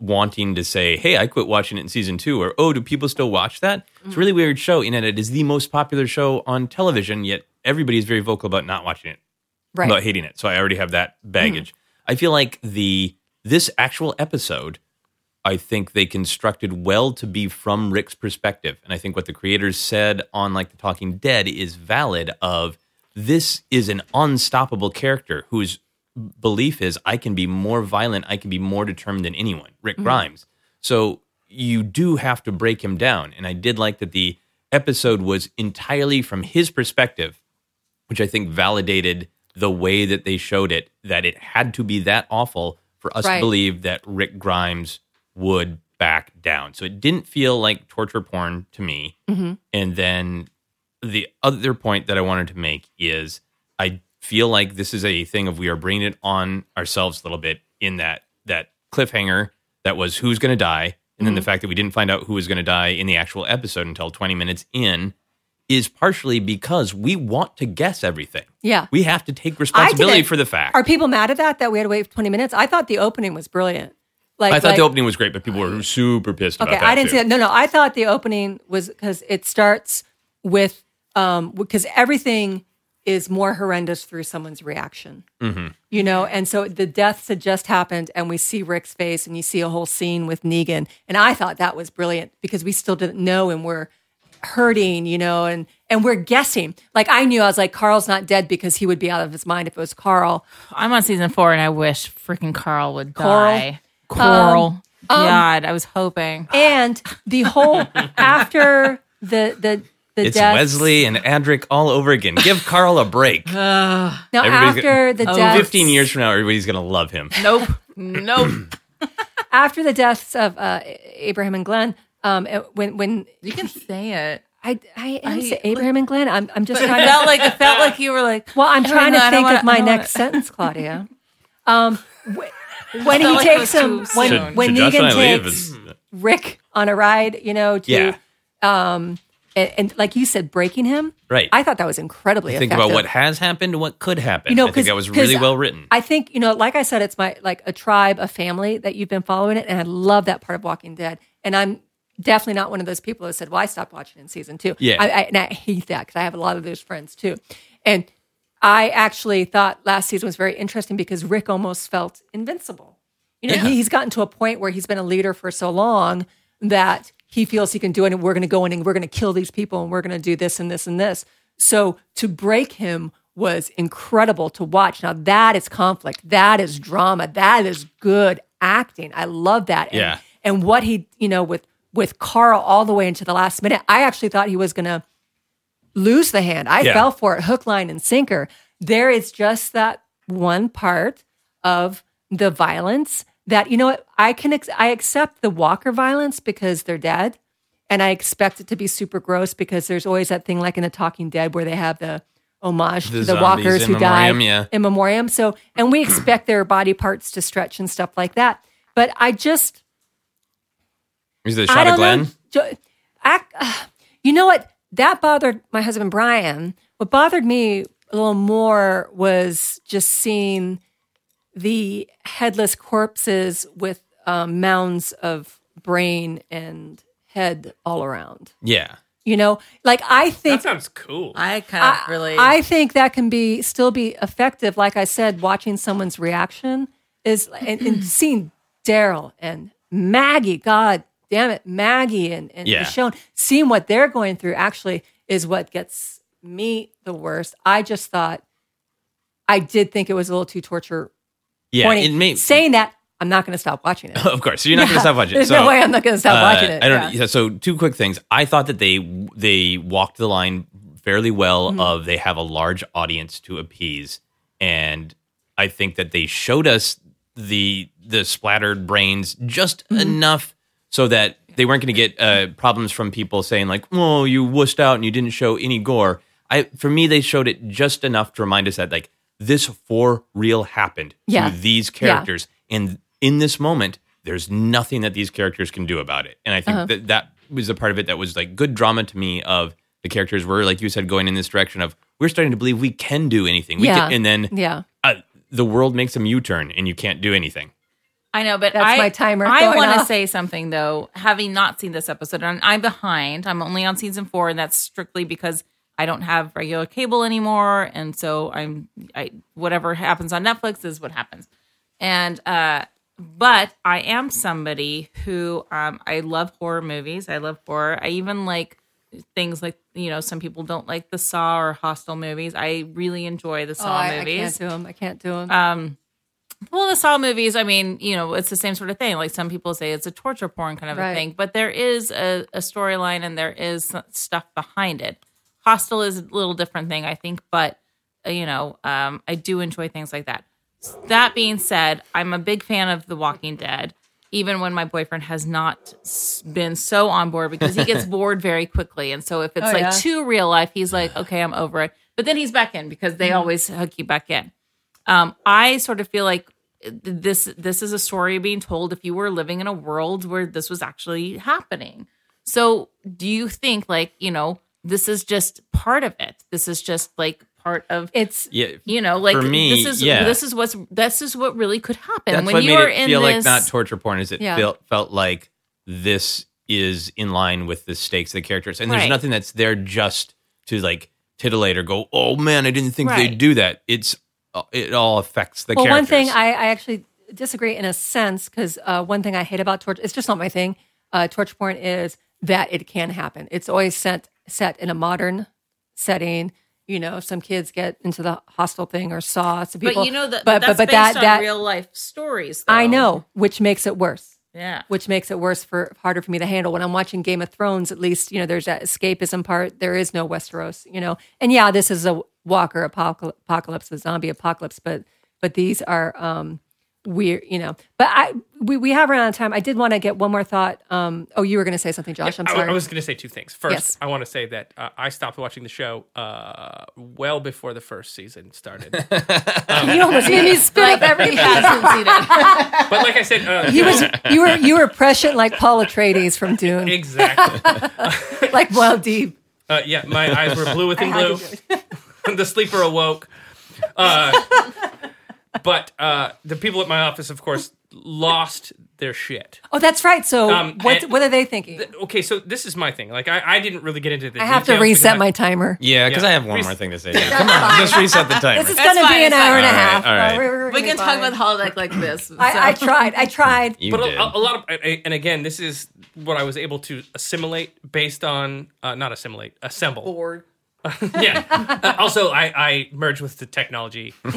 wanting to say, "Hey, I quit watching it in season 2," or "Oh, do people still watch that?" It's a really Mm-hmm. weird show in that it is the most popular show on television, yet everybody is very vocal about not watching it right. Mm. about hating it. So I already have that baggage. I feel like the this actual episode, I think they constructed well to be from Rick's perspective, and I think what the creators said on like the Talking Dead is valid. Of this is an unstoppable character whose belief is I can be more violent, I can be more determined than anyone. Rick Grimes. So you do have to break him down, and I did like that the episode was entirely from his perspective which I think validated the way that they showed it that it had to be that awful for us to Right. believe that Rick Grimes would back down. So it didn't feel like torture porn to me. And then the other point that I wanted to make is I feel like this is a thing of we are bringing it on ourselves a little bit in that that cliffhanger that was who's going to die and Mm-hmm. then the fact that we didn't find out who was going to die in the actual episode until 20 minutes in is partially because we want to guess everything. Yeah. We have to take I responsibility didn't- for the fact. Are people mad at that? That we had to wait 20 minutes? I thought the opening was brilliant. Like I thought like- the opening was great, but people were super pissed Okay, about that. I didn't see too. that. No, no, I thought the opening was because it starts with um because everything is more horrendous through someone's reaction. Mm-hmm. You know, and so the deaths had just happened, and we see Rick's face, and you see a whole scene with Negan, and I thought that was brilliant because we still didn't know, and we're hurting, you know, and and we're guessing. Like I knew, I was like, Carl's not dead because he would be out of his mind if it was Carl. I'm on season four and I wish freaking Carl would Coral? die. Coral. Um, God, I was hoping. And the whole after the the the It's deaths- Wesley and Adric all over again. Give Carl a break. Now Everybody's go- after the Oh. deaths, 15 years from now, everybody's going to love him. Nope. Nope. after the deaths of uh, Abraham and Glenn, um, it- when when you can say it. I I am I- say Abraham and Glenn, I'm I'm just It trying felt to. like it felt like you were like Well, I'm trying I to don't think wanna- of my I don't next sentence, Claudia. Um, wh- when he like it was takes him, too when soon. when Should Josh and I Negan leave? takes It's- Rick on a ride, you know, to Yeah. um, and, and like you said, breaking him. Right. I thought that was incredibly. Think effective. about what has happened, what could happen. You know, I think 'cause- that was 'cause really well written. I think you know, like I said, it's my like a tribe, a family that you've been following it, and I love that part of Walking Dead. And I'm definitely not one of those people who said, "Well, I stopped watching in season two. Yeah. I, I, and I hate that because I have a lot of those friends too. And I actually thought last season was very interesting because Rick almost felt invincible. You know, Yeah. he, he's gotten to a point where he's been a leader for so long that he feels he can do it. And we're going to go in and we're going to kill these people and we're going to do this and this and this. So to break him was incredible to watch. Now that is conflict. That is drama. That is good acting. I love that. And, Yeah. and what he, you know, with with Carl all the way into the last minute, I actually thought he was going to lose the hand. I Yeah. fell for it hook, line, and sinker. There is just that one part of the violence that, you know what, I can, ex- I accept the Walker violence because they're dead. And I expect it to be super gross because there's always that thing like in The Talking Dead where they have the homage to the zombies walkers in who memoriam, died yeah. in memoriam. So, and we expect their body parts to stretch and stuff like that. But I just, Is the I shot of don't Glenn? know. Jo- I, uh, you know what? That bothered my husband Brian. What bothered me a little more was just seeing the headless corpses with um, mounds of brain and head all around. Yeah. You know, like I That think sounds cool. I kind of really. I think that can be still be effective. Like I said, watching someone's reaction is and, and seeing Daryl and Maggie. God damn it, Maggie and and Yeah. Michonne. Seeing what they're going through actually is what gets me the worst. I just thought, I did think it was a little too torture. Yeah. pointy. It may, Saying that, I'm not going to stop watching it. of course. So you're not going to stop watching. it. There's so, no way I'm not going to stop uh, watching it. I don't. Yeah. yeah, so two quick things. I thought that they they walked the line fairly well. Mm-hmm. Of they have a large audience to appease, and I think that they showed us the the splattered brains just Mm-hmm. enough so that they weren't going to get uh, problems from people saying like, "Oh, you wussed out and you didn't show any gore." I for me, they showed it just enough to remind us that like this for real happened Yeah. to these characters, and in this moment, there's nothing that these characters can do about it. And I think Uh-huh. that that was a part of it that was like good drama to me. Of the characters were like you said, going in this direction of we're starting to believe we can do anything. We Yeah. can, and then Yeah. uh, the world makes a U-turn, and you can't do anything. I know, but That's I, my timer I going want to off. say something though, having not seen this episode, and I'm behind. I'm only on season four, and that's strictly because I don't have regular cable anymore, and so I'm I whatever happens on Netflix is what happens. And uh, but I am somebody who um, I love horror movies. I love horror. I even like things like you know some people don't like the Saw or Hostel movies. I really enjoy the Oh, Saw I, I movies. can't do them. I can't do them. Well, the Saw movies, I mean, you know, it's the same sort of thing. Like some people say it's a torture porn kind of a Right. thing, but there is a, a storyline and there is s- stuff behind it. Hostel is a little different thing, I think, but, uh, you know, um, I do enjoy things like that. That being said, I'm a big fan of The Walking Dead, even when my boyfriend has not s- been so on board because he gets bored very quickly. And so if it's Oh, like yeah. too real life, he's like, okay, I'm over it. But then he's back in because Mm-hmm. they always hook you back in um, I sort of feel like uh, th- this this is a story being told if you were living in a world where this was actually happening. So do you think like you know this is just part of it? This is just like part of it's Yeah, you know like For me, this is yeah. this is what's this is what really could happen that's when what you made are it in feel this. like not torture porn. Is it Yeah. felt felt like this is in line with the stakes of the characters, and Right. there's nothing that's there just to like titillate or go, "Oh man, I didn't think Right. they'd do that." It's uh, it all affects the well, one thing characters. I, I actually disagree in a sense because uh, one thing I hate about torture, it's just not my thing. Uh, torture porn is that it can happen. It's always set set in a modern setting. You know, some kids get into the hostile thing or saw some people. but you know that but that's but, but based that on that real life stories. I though. know, which makes it worse. Yeah. Which makes it worse for harder for me to handle. When I'm watching Game of Thrones, at least you know there's that escapism part. There is no Westeros, you know. And yeah, this is a Walker apocal- apocalypse, a zombie apocalypse, but but these are um weird, you know. But I we we have run out of time. I did want to get one more thought. Um, oh, you were going to say something, Josh. I'm I- sorry. I was going to say two things. First, Yes. I want to say that uh, I stopped watching the show uh, well before the first season started. but you almost made me spit up every. He hasn't seen it. like I said, uh, He was you were you were prescient like Paul Atreides from Dune, exactly. like well deep. Uh, yeah, my eyes were blue within blue. the sleeper awoke. Uh, but uh, the people at my office, of course, lost their shit. Oh, that's right. So Um, what and- what are they thinking? Okay, so this is my thing. Like, I, I didn't really get into the. I have to details because reset I- my timer. yeah, because Yeah. I have one Res- more thing to say. Yeah, come on, just reset the timer. This is That's going to fine, be an it's hour fine. and a All right, half. all right. We're- we're We gonna can be talk fine. about holodeck like this. so. I, I tried. I tried. you But did. a, a lot of, a- and again, this is what I was able to assimilate based on, uh, not assimilate, assemble. bored. yeah. Uh, also, I, I merged with the technology. Uh,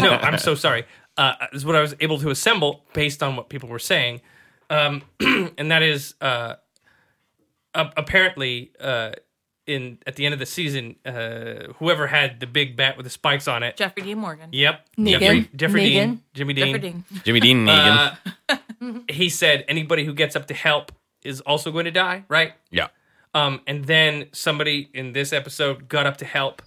no, I'm so sorry. Uh, is what I was able to assemble based on what people were saying, um, and that is uh, a- apparently uh, in at the end of the season, uh, whoever had the big bat with the spikes on it. Jeffrey Dean Morgan. Yep, Negan. Jeffrey, Jeffrey Negan. Dean, Jimmy Dean. Jeffrey Dean. Jimmy Dean Negan. Uh, he said anybody who gets up to help is also going to die, right? yeah, Um, and then somebody in this episode got up to help,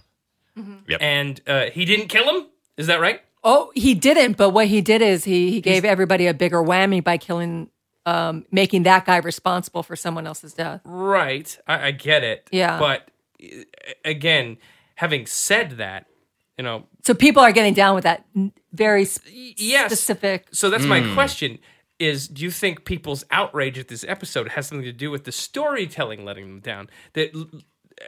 Mm-hmm. Yep. and uh, he didn't kill him. Is that right? Oh, he didn't. But what he did is he he gave everybody a bigger whammy by killing, um, making that guy responsible for someone else's death. Right. I, I get it. Yeah. But uh, again, having said that, you know, So people are getting down with that n- very s- yes. specific. So that's Hmm. my question: Is do you think people's outrage at this episode has something to do with the storytelling letting them down? That l-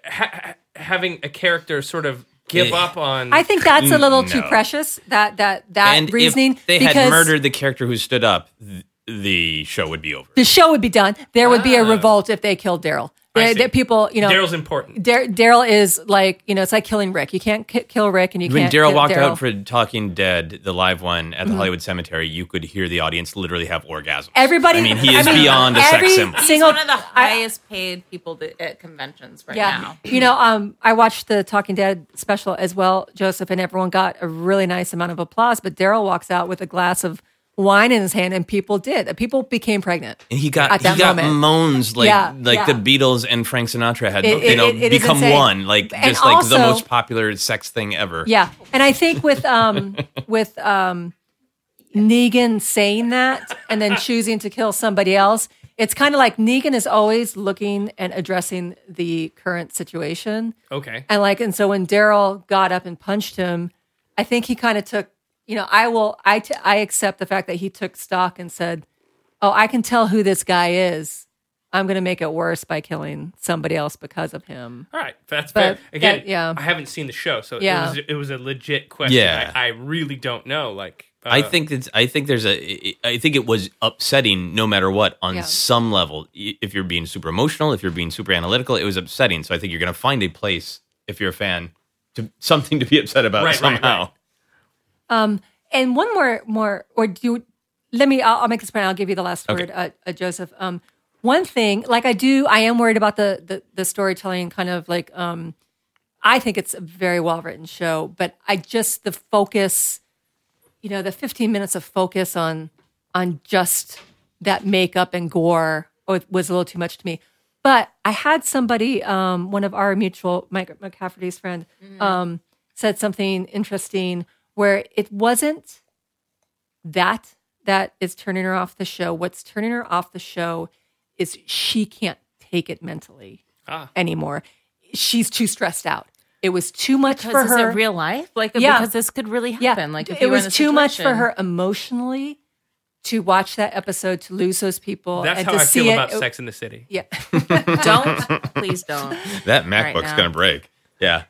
ha- ha- having a character sort of give Eh. up on. I think that's a little too No. precious. That that that and reasoning. if they because had murdered the character who stood up, th- the show would be over. The show would be done. There would be Ah. a revolt if they killed Daryl. I They- see. that People, you know, Daryl's important. Dar- Daryl is like you know, it's like killing Rick. You can't ki- kill Rick, and you When can't. Mm-hmm. Daryl kill walked out for Talking Dead, the live one at the Hollywood Cemetery, you could hear the audience literally have orgasms. everybody. I mean, he is beyond a every sex symbol. He's Single, one of the highest paid people that, at conventions right yeah, now. you know, um, I watched the Talking Dead special as well, Joseph, and everyone got a really nice amount of applause. But Daryl walks out with a glass of wine in his hand, and people did. People became pregnant. And he got At he that got moment. moans like Yeah, like yeah. the Beatles and Frank Sinatra had It- you it- know it- it is become insane. one like And just like the also- most popular sex thing ever. Yeah, and I think with um with um Negan saying that and then choosing to kill somebody else, it's kind of like Negan is always looking and addressing the current situation, Okay. and like and so when Daryl got up and punched him, I think he kind of took you know I will I t- I accept the fact that he took stock and said, oh I can tell who this guy is. I'm going to make it worse by killing somebody else because of him. All right, that's But fair. Again, that- yeah. I haven't seen the show, so Yeah. it, was, it was a legit question. Yeah. I, I really don't know. Like, uh, I think it's. I think there's a. I think it was upsetting, no matter what, on Yeah. some level. I- If you're being super emotional, if you're being super analytical, it was upsetting. So I think you're going to find a place if you're a fan to something to be upset about Right, right, somehow. right. And one more, more, or do you, let me, I'll, I'll make this point. I'll give you the last word, uh, uh, Joseph. Um, one thing, like I do, I am worried about the, the, the storytelling kind of like, um, I think it's a very well written show, but I just, the focus, you know, the 15 minutes of focus on, on just that makeup and gore wa- was a little too much to me. But I had somebody, um, one of our mutual, Mike McCafferty's friend, Mm-hmm. um, said something interesting where it wasn't that that is turning her off the show. What's turning her off the show is she can't take it mentally Ah. anymore. She's too stressed out. It was too much Because for is her. it real life? Like, Yeah. because this could really happen. Like, if it you were in was this too much for situation. her emotionally to watch that episode to lose those people that's and how to I see feel it. about It- Sex in the City. Yeah, Don't please don't. That MacBook's now. going to break. Yeah,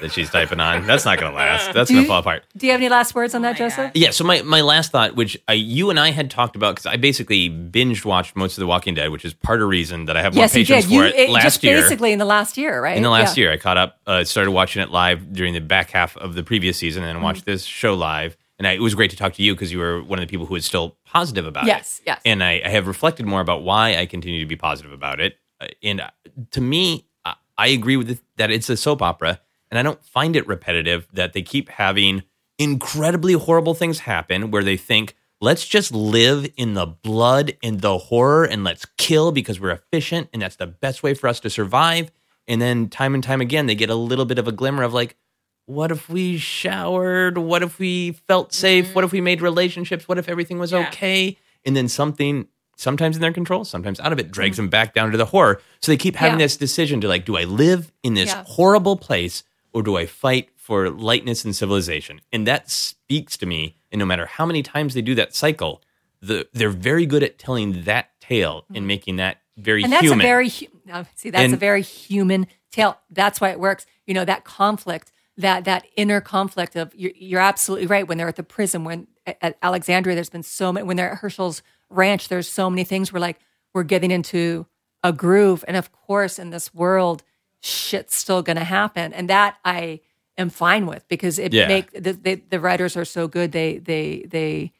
that she's typing on. That's not going to last. That's going to you- fall apart. do you have any last words on that, Oh my Joseph? Yeah. So my my last thought, which I, you and I had talked about, because I basically binge watched most of The Walking Dead, which is part of the reason that I have Yes, more you patience did. You for it, it last just year. basically in the last year, right? in the last Yeah. year. I caught up, uh, started watching it live during the back half of the previous season, Mm-hmm. and watched this show live. And I, it was great to talk to you because you were one of the people who was still positive about Yes, it. yes. And I, I have reflected more about why I continue to be positive about it. Uh, And uh, to me, I, I agree with it, that it's a soap opera, and I don't find it repetitive that they keep having incredibly horrible things happen where they think. Let's just live in the blood and the horror and let's kill because we're efficient and that's the best way for us to survive. And then time and time again, they get a little bit of a glimmer of like, what if we showered? What if we felt safe? Mm-hmm. What if we made relationships? What if everything was okay? And then something, sometimes in their control, sometimes out of it, drags them back down to the horror. So they keep having Mm-hmm. Yeah. this decision to like, do I live in this Yeah. horrible place or do I fight for lightness and civilization? And that speaks to me. And no matter how many times they do that cycle, the, they're very good at telling that tale and making that very Mm-hmm. and that's human. a very hu- uh, see that's a And- very human tale that's why it works you know that conflict that that inner conflict of you're, you're absolutely right when they're at the prison when at, at alexandria there's been so many when they're at herschel's ranch there's so many things we're like we're getting into a groove and of course in this world shit's still gonna happen and that i am fine with because it Yeah. make the, the, the writers are so good they they they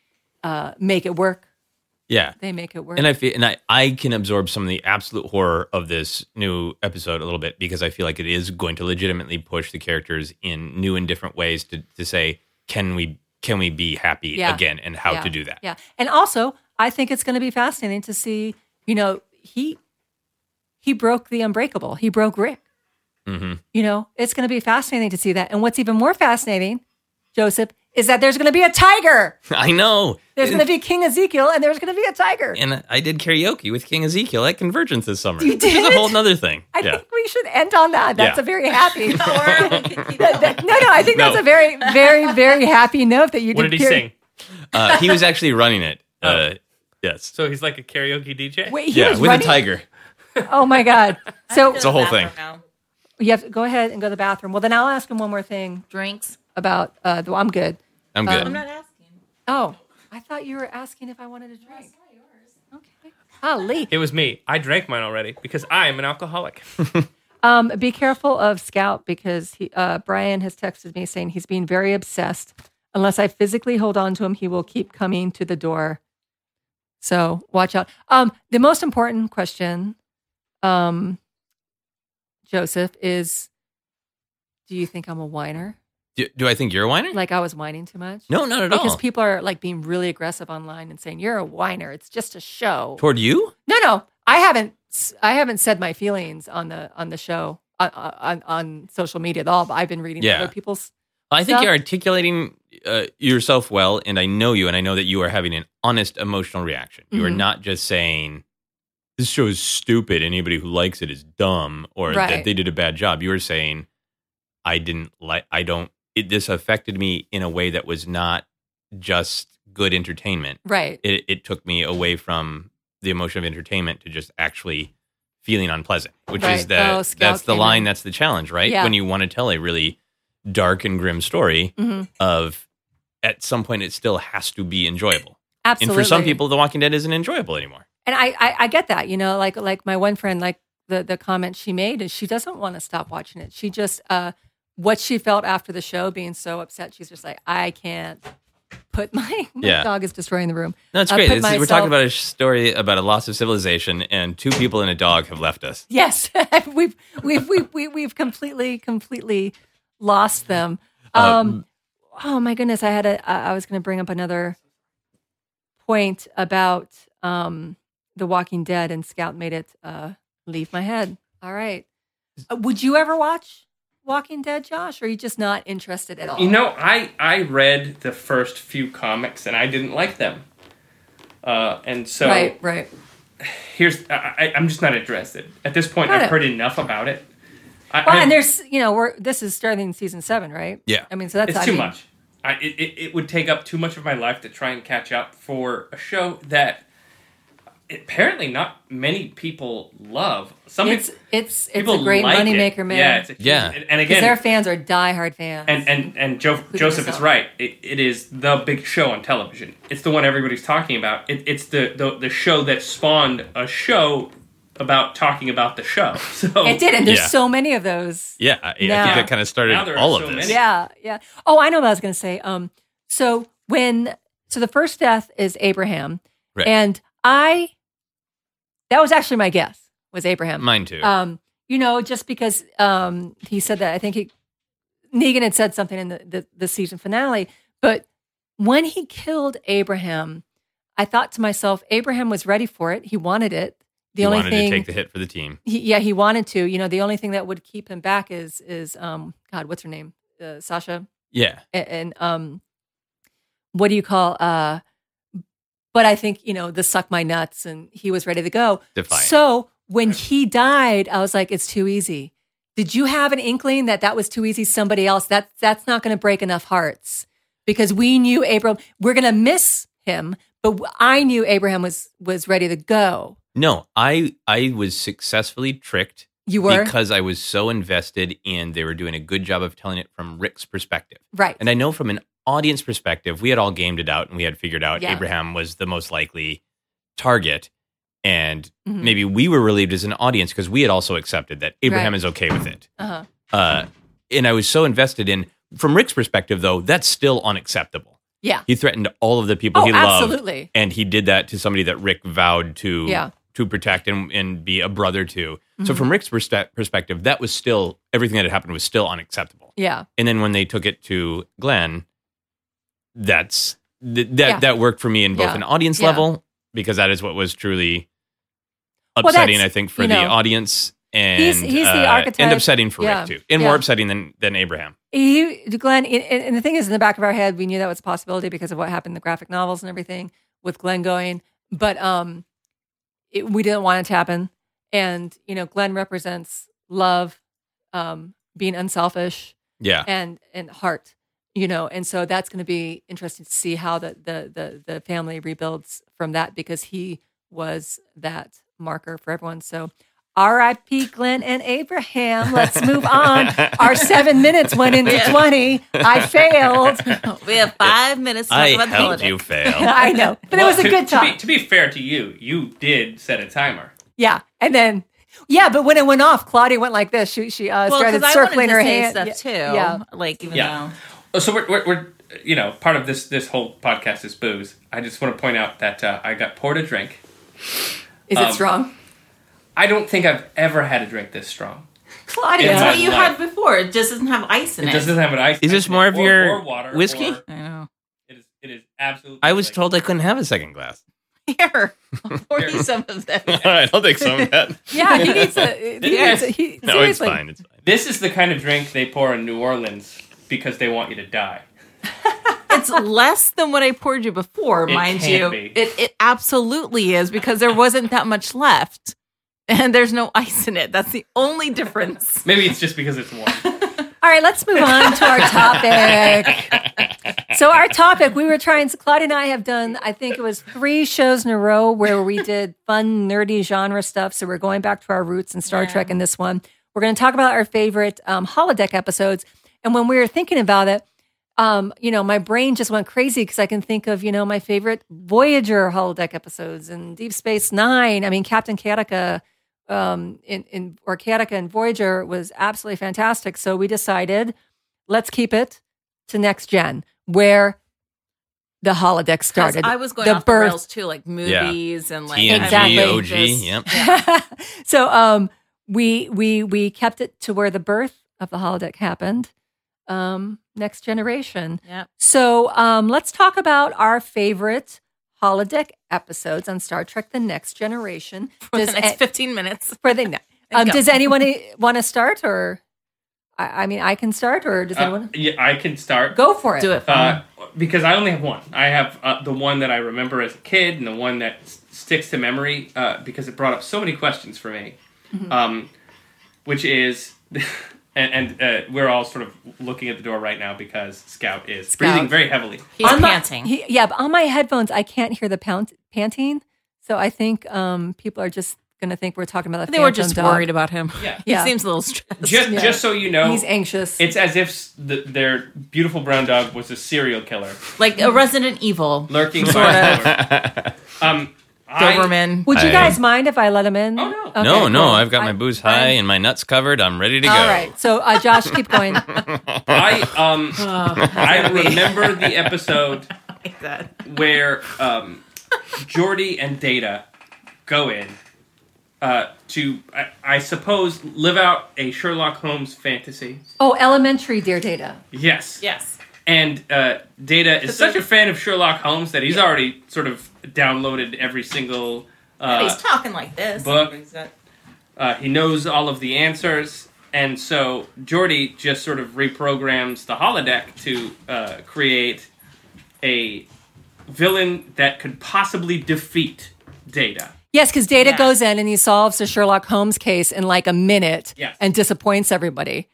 uh, make it work yeah. they make it work And I feel, and I, I can absorb some of the absolute horror of this new episode a little bit because I feel like it is going to legitimately push the characters in new and different ways to, to say, can we can we be happy Yeah. again and how Yeah, to do that? Yeah. And also, I think it's going to be fascinating to see, you know, he he broke the unbreakable. He broke Rick. Mm-hmm. You know, it's going to be fascinating to see that. And what's even more fascinating, Joseph, is that there's going to be a tiger. I know. There's going to be King Ezekiel, and there's going to be a tiger. And I did karaoke with King Ezekiel at Convergence this summer. You Which is did? a whole other thing. I yeah. think we should end on that. That's Yeah. a very happy. Or- that- no, no, I think that's No. a very, very, very happy note that you What did he hear- sing? Uh, he was actually running it. Uh, yes. So he's like a karaoke DJ. Wait, Oh. he yeah, was with running? a tiger. Oh my god! So It's a whole thing. Now. you have to go ahead and go to the bathroom. Well, then I'll ask him one more thing Drinks. about. Uh, the, I'm good. I'm Um, good. I'm not asking. Oh, I thought you were asking if I wanted a drink. Okay. Golly. It was me. I drank mine already because I am an alcoholic. Um, be careful of Scout because he, uh, Brian has texted me saying he's being very obsessed. Unless I physically hold on to him, he will keep coming to the door. So watch out. Um, the most important question, um, Joseph, is do you think I'm a whiner? Do, do I think you're a whiner? Like I was whining too much? no, not at Because all. people are like being really aggressive online and saying you're a whiner. It's just a show. Toward you? No, no, I haven't. I haven't said my feelings on the on the show on on, on social media at all. But I've been reading Yeah. other people's. I think Stuff. you're articulating uh, yourself well, and I know you, and I know that you are having an honest emotional reaction. You are Mhm. not just saying, this show is stupid. Anybody who likes it is dumb or Right. that they did a bad job. You are saying, I didn't like, I don't, it, this affected me in a way that was not just good entertainment. Right. It, it took me away from the emotion of entertainment to just actually feeling unpleasant, which is Right. that Oh, Scout that's the came line, in. that's the challenge, right? Yeah. When you want to tell a really dark and grim story hmm of at some point it still has to be enjoyable. Absolutely. And for some people, The Walking Dead isn't enjoyable anymore. and I, I I get that. You know, like like my one friend, like the the comment she made is she doesn't want to stop watching it. She just uh, what she felt after the show, being so upset, she's just like, I can't put my, my Yeah. dog is destroying the room. No, it's I great. put This is- we're myself- talking about a sh- story about a loss of civilization, and two people and a dog have left us. Yes, we've we've we've we- we've completely completely lost them. Uh, mm. Um, oh my goodness, I had a I I was going to bring up another point about um, The Walking Dead, and Scout made it uh, leave my head. All right, Uh, would you ever watch Walking Dead, Josh? Or are you just not interested at all? You know, I I read the first few comics and I didn't like them. Uh, and so right, right. here's I, I, I'm just not interested at this point. Got I've it. heard enough about it. I, Well, I- and there's you know we're this is starting season seven, right? Yeah. I mean, so that's it's I too mean, much. I, it, it, it would take up too much of my life to try and catch up for a show that apparently not many people love. Some It's peop- it's it's people a great like money it. moneymaker, man. Yeah, it's a huge, Yeah. and Because their again, fans are diehard fans. and and and jo- Joseph is myself. right. It, it is the big show on television. It's the one everybody's talking about. It, it's the, the the show that spawned a show about talking about the show. So it did, and there's oh, Yeah. so many of those. Yeah, I, I think Now- that kind of started Now there are all of so this. many. Yeah, yeah. Oh, I know what I was going to say. Um, so when so the first death is Abraham, Right. and I that was actually my guess was Abraham. Mine too. um, you know, just because um he said that I think he Negan had said something in the the, the season finale, but when he killed Abraham, I thought to myself, Abraham was ready for it. He wanted it. The He only wanted thing to take the hit for the team. he, yeah, he wanted to. You know, the only thing that would keep him back is is um God, what's her name, uh, Sasha, Yeah. and, and um, what do you call uh? But I think you know the suck my nuts, and he was ready to go. Defiant. So when he died, I was like, it's too easy. Did you have an inkling that that was too easy? Somebody else that that's not going to break enough hearts because we knew Abraham. We're going to miss him, but I knew Abraham was was ready to go. No, I I was successfully tricked You were because I was so invested in they were doing a good job of telling it from Rick's perspective. right. And I know from an audience perspective, we had all gamed it out and we had figured out Yeah. Abraham was the most likely target. And Mhm. maybe we were relieved as an audience because we had also accepted that Abraham Right. is okay with it. Uh-huh. Uh, and I was so invested in, from Rick's perspective, though, that's still unacceptable. Yeah. He threatened all of the people Oh, he loved. absolutely. And he did that to somebody that Rick vowed to Yeah. Mm-hmm. to protect and, and be a brother to. So, from Rick's perspe- perspective, that was still everything that had happened was still unacceptable. Yeah. and then when they took it to Glenn, that's th- that Yeah. that worked for me in both Yeah. an audience Yeah. level because that is what was truly Well, upsetting, that's, I think, for you the know- audience, and He's- he's the uh, archetype. and upsetting for Yeah. Rick too, and Yeah. more upsetting than than Abraham. He, Glenn, and- and and the thing is, in the back of our head, we knew that was a possibility because of what happened in the graphic novels and everything with Glenn going, but um, it, we didn't want it to happen. And you know, Glenn represents love, um, being unselfish, Yeah, and and heart. You know, and so that's going to be interesting to see how the, the the the family rebuilds from that because he was that marker for everyone. So. R.I.P. Glenn and Abraham. Let's move on. Our seven minutes went into twenty. I failed. We have five minutes to talk I about the helped holiday. you fail. I know, but it was a to, good to be, time. to be fair to you, you did set a timer. Yeah, and then yeah, but when it went off, Claudia went like this. She she uh, Well, started because I circling wanted to her say hand. stuff Yeah, too. Yeah, Like even Yeah. though Oh, So we're, we're, we're you know part of this this whole podcast is booze. I just want to point out that uh, I got poured a drink. is Um, it strong, I don't think I've ever had a drink this strong. Claudia? it's Yeah. what you Yeah. had before. It just doesn't have ice in It it. doesn't have an ice. Is this ice in more it, of or- your or water, whiskey? or- I know. it is. It is absolutely. I was like- told I couldn't have a second glass. Here, I'll pour you some of that. All right, I'll take some of that. Yeah, he needs a. He needs a he, No, it's seriously. fine. It's fine. This is the kind of drink they pour in New Orleans because they want you to die. It's less than what I poured you before, It mind can't you. be. It it absolutely is because there wasn't that much left, and there's no ice in it. That's the only difference. Maybe it's just because it's warm. All right, let's move on to our topic. so, our topic, we were trying, so Claudia and I have done, I think it was three shows in a row where we did fun, nerdy genre stuff. So, we're going back to our roots in Star Trek in this one. We're going to talk about our favorite um, holodeck episodes. And when we were thinking about it, um, you know, my brain just went crazy because I can think of, you know, my favorite Voyager holodeck episodes and Deep Space Nine. I mean, Captain Katica um, in, in or Katica and Voyager was absolutely fantastic. So we decided let's keep it to next gen where the holodeck 'Cause started. I was going the off the birth. rails too, like movies and like TNG, I mean, Exactly. OG. just- Yep. so um, we we we kept it to where the birth of the holodeck happened. Um, next generation. Yep. So um, let's talk about our favorite holodeck episodes on Star Trek: The Next Generation. For the Does next a- 15 minutes. for the- no. um, go. does anyone want to start, or I, I mean, I can start, or does Uh, anyone yeah, I can start. go for it? Do it. Uh, because I only have one. I have uh, the one that I remember as a kid, and the one that s- sticks to memory uh, because it brought up so many questions for me. Mm-hmm. Um, which is, and, and uh, we're all sort of looking at the door right now because Scout is breathing very heavily. He's On my- panting. he- yeah, but on my headphones, I can't hear the pant- panting, so I think um, people are just going to think we're talking about. The they were phantom just dog. worried about him. Yeah. He Yeah. seems a little stressed. Just, Yeah. just so you know, He's anxious. it's as if s- the, their beautiful brown dog was a serial killer like a Resident Evil. lurking by the door. Um, I- Doberman. Would you I- guys mind if I let him in? Oh, no. Okay, no, no, cool. I've got my I- booze high and my nuts covered. I'm ready to go. All right, so uh, Josh, keep going. I um Oh, I remember the episode where um Jordy and Data go in uh to I, I suppose live out a Sherlock Holmes fantasy. Oh, elementary, dear data. Yes. Yes. And uh Data is such a fan of Sherlock Holmes that he's already sort of downloaded every single uh, he's talking like this. book. Uh, he knows all of the answers, and so Jordy just sort of reprograms the holodeck to uh, create a villain that could possibly defeat Data. Yes, because Data Yeah. goes in and he solves the Sherlock Holmes case in like a minute Yes. and disappoints everybody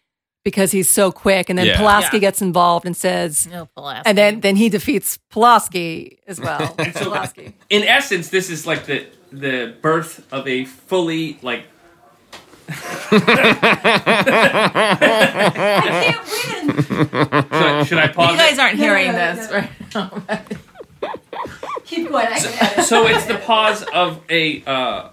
because he's so quick. And then Yeah. Pulaski Yeah. gets involved and says, No Pulaski. and then, then he defeats Pulaski as well. so- Pulaski. In essence, this is like the the birth of a fully like so should I pause? You it? guys aren't hearing no, no, this, no. right? Keep going. I can edit. so it's the pause of a uh,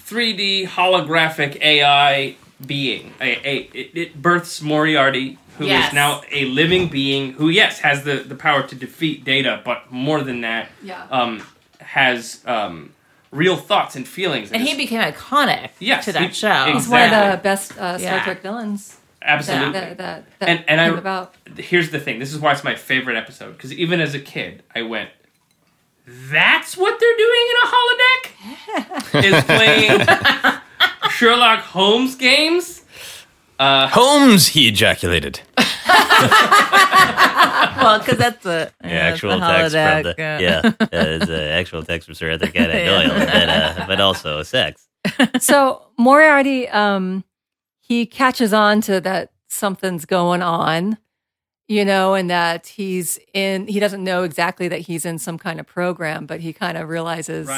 3D holographic AI being. A, a, it, it births Moriarty, who is Yes. now a living being who, yes, has the, the power to defeat Data, but more than that, Yeah. um, has um, real thoughts and feelings. And he is- became iconic Yes, to that he- show. He's one of the Exactly. best uh, Star Yeah. Trek villains absolutely. that, that, that And- and I- came about. Here's the thing this is why it's my favorite episode, because even as a kid, I went. That's what they're doing in a holodeck. Is playing Sherlock Holmes games? Holmes, he ejaculated. Well, because that's the yeah, actual text from the yeah, uh, it's an actual text from Sir Arthur Conan Doyle, but, uh, but also sex. so Moriarty, um, he catches on to that something's going on, you know, and that he's in. He doesn't know exactly that he's in some kind of program, but he kind of realizes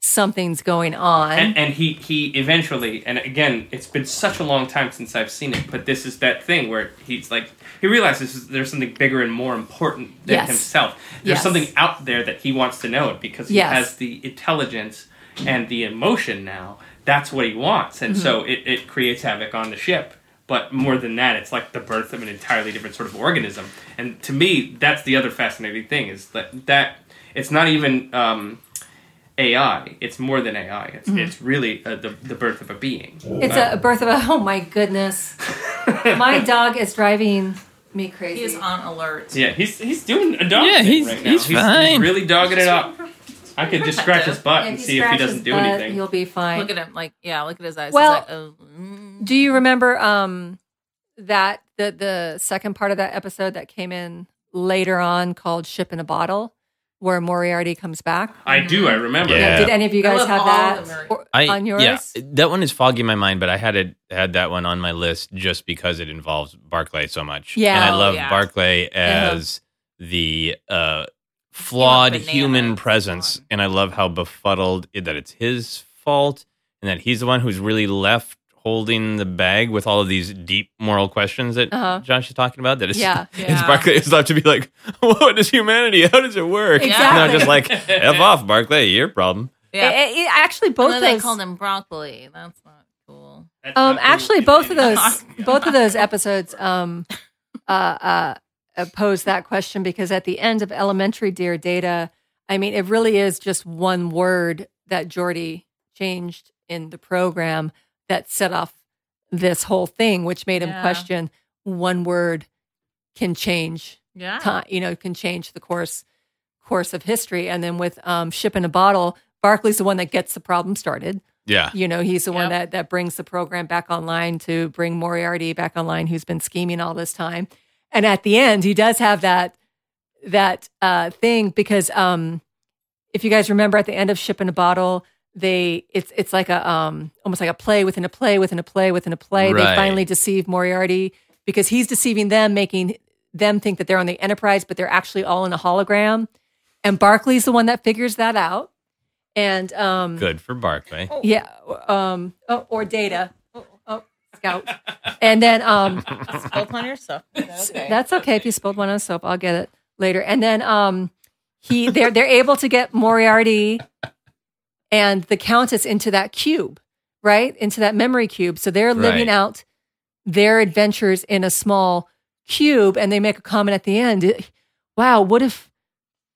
something's going on. And, and he he eventually, and again, it's been such a long time since I've seen it, but this is that thing where he's like he realizes there's something bigger and more important than Yes. himself. There's Yes. something out there that he wants to know it because he Yes. has the intelligence and the emotion now. That's what he wants, and so Mm-hmm. it, it creates havoc on the ship. But more than that, it's like the birth of an entirely different sort of organism. And to me, that's the other fascinating thing is that that it's not even. Um, AI. It's more than AI. It's, Mm-hmm. it's really uh, the, the birth of a being. It's a birth of a. Oh my goodness, my dog is driving me crazy. He is on alert. Yeah, he's he's doing a dog. Yeah, thing he's- right now. he's fine. really dogging it up. I could just scratch his butt and see if he scratches doesn't do butt, anything. He'll be fine. Look at him, like yeah, look at his eyes. Well- He's like, oh, mm. Do you remember um that the the second part of that episode that came in later on called "Ship in a Bottle," where Moriarty comes back? I do. I remember. Yeah. Did any of you I guys love have all that of them, Mary. or- I, on yours? Yeah, that one is foggy in my mind, but I had it had that one on my list just because it involves Barclay so much. Yeah. Uh-huh. and I Oh, love yeah. Barclay as the uh, flawed bananas human on- presence, and I love how befuddled it, that it's his fault and that he's the one who's really left holding the bag with all of these deep moral questions that Uh-huh. Josh is talking about. That it's, Yeah. it's Yeah. Barclay is left to be like, what is humanity? How does it work? Not Exactly. just like f off, Barclay, your problem. yeah. Eh, eh, eh, actually, both no, of they those. called him broccoli. That's not cool. That's not um, cool. actually, both of those, Yeah. both of those episodes, um, uh, uh, uh, pose that question because at the end of Elementary Dear Data, I mean, it really is just one word that Jordy changed in the program that set off this whole thing, which made him Yeah. question one word can change Yeah. time, you know, can change the course course of history. And then with um, Ship in a Bottle, Barclay's the one that gets the problem started Yeah. you know he's the one Yep. that that brings the program back online to bring moriarty back online who's been scheming all this time and at the end he does have that that uh thing because um if you guys remember at the end of ship in a bottle they it's it's like a um almost like a play within a play within a play within a play Right. they finally deceive moriarty because he's deceiving them making them think that they're on the enterprise but they're actually all in a hologram and barclay's the one that figures that out and um Good for Barclay. yeah. Um. Oh, or data. Oh, oh, scout. and then um. Both on your stuff. Okay. That's okay if you spilled one on soap. I'll get it later. And then um. He they're they're able to get Moriarty and the Countess into that cube, right? Into that memory cube. So they're living Right. out their adventures in a small cube, and they make a comment at the end. Wow, what if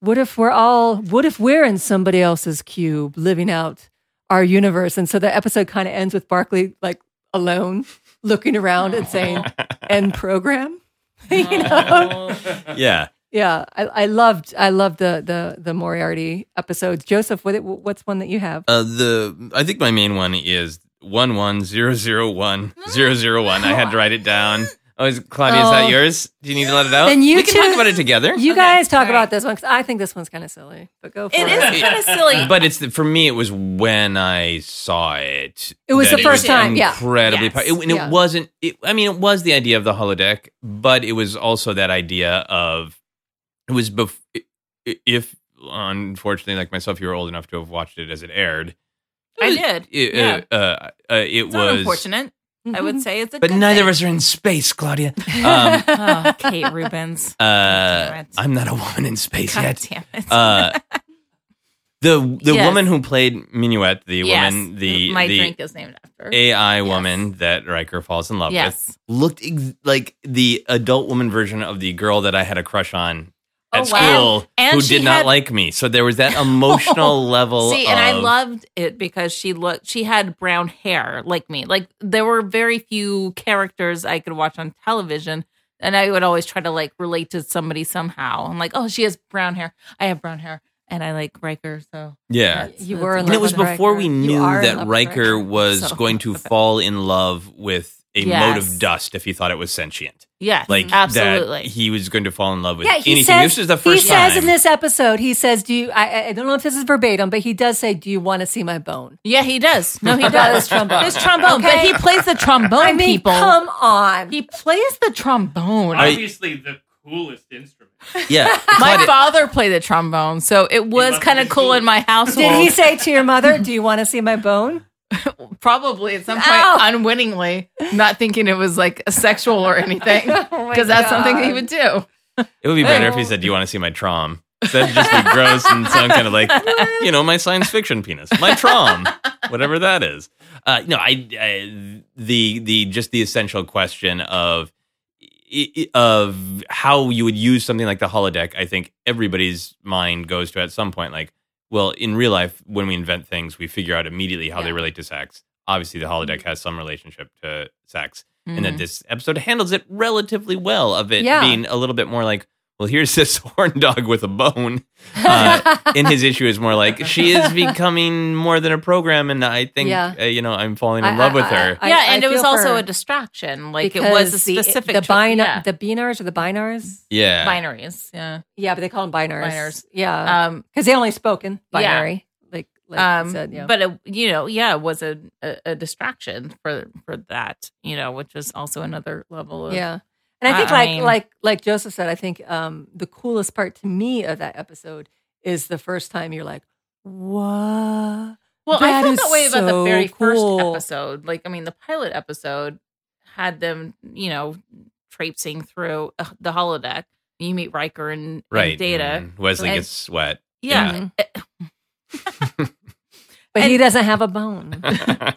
what if we're all what if we're in somebody else's cube living out our universe and so the episode kind of ends with barkley like alone looking around and saying end program you know Yeah. yeah I, I loved i loved the the the moriarty episodes joseph what, what's one that you have Uh, the I think my main one is one one zero zero one zero zero one. I had to write it down. Oh, is Claudia? Is Oh. that yours? Do you need to let it out? Then you we can two- talk about it together. you guys talk all about right. this one because i think this one's kind of silly but go for It it, is kind of silly. but it's the, for me. It was when I saw it. It was that the first time, yeah. Incredibly, Yes. pow- it- and it Yeah. wasn't. It, I mean, it was the idea of the holodeck, but it was also that idea of it was bef- i- i- if unfortunately, like myself, you were old enough to have watched it as it aired. I did. It, yeah. uh, uh, uh, it it's not was unfortunate. I Mm-hmm. would say it's a but good neither thing. of us are in space, Claudia. Um, Oh, Kate Rubens. uh, it. I'm not a woman in space God yet. damn it. Uh, the the Yes. woman who played Minuet, the Yes, woman, the my the drink is named after. AI woman that Riker falls in love Yes. with, looked ex- like the adult woman version of the girl that I had a crush on Oh, at wow. school, And who she did not had- like me. So there was that emotional level. See, and I of- loved it because she looked she had brown hair like me. Like there were very few characters I could watch on television and I would always try to like relate to somebody somehow. I'm like, "Oh, she has brown hair. I have brown hair." and I like Riker. So Yeah. You were in And it was love with before Riker. we You knew are in that love with Riker Riker. was So- going to fall in love with a mote Yes. of dust if he thought it was sentient. yes, Like absolutely. that he was going to fall in love with Mm-hmm. Yeah, he anything. says. this is the he first time. says in this episode, he says, "Do you?" I- I, I don't know if this is verbatim, but he does say, "Do you want to see my bone?" yeah, he does. No, he That does. is trombone. There's trombone, but Okay. he plays the trombone. I mean, people, come on. he plays the trombone. Obviously, the coolest instrument. yeah. my Claudia- father played the trombone, so it was must kind be of cool cool. in my household. Did he say to your mother, "Do you want to see my bone"? Probably at some point, Ow. unwittingly, not thinking it was like sexual or anything, because Oh my that's something that he God. would do. It would be better if he said, "Do you want to see my trom?" That'd just be gross and sound kind of like, you know, my science fiction penis, my trom, whatever that is. Uh, no, I, I the the just the essential question of i- i- of how you would use something like the holodeck. I think everybody's mind goes to at some point, like, well, in real life, when we invent things, we figure out immediately how they Yeah. relate to sex. Obviously, the Mm-hmm. holodeck has some relationship to sex and that Mm. this episode handles it relatively well of it Yeah. being a little bit more like well here's this horn dog with a bone uh, and his issue is more like she is becoming more than a program and i think Yeah. uh, you know i'm falling in I- love I- with I- her I- yeah, and I it was feel also for- a distraction. Like it was a Because the- specific the, bina- yeah. the binars or the binars. yeah binaries. Yeah. Yeah, but they call them binars. Binars. Yeah, Um, because they only spoke in Yeah. binary. Like, like you um, said, yeah. but it, you know, yeah, it was a, a, a distraction for for that, you know, which was also another level of Yeah. And I think I- I like mean- like like Joseph said, I think um the coolest part to me of that episode is the first time you're like, What Well, I That felt is that way about the so very first cool. episode. Like, I mean, the pilot episode had them, you know, traipsing through uh, the holodeck. You meet Riker and, and right mm-hmm. Data. and wesley And- gets wet Yeah. But he doesn't have a bone.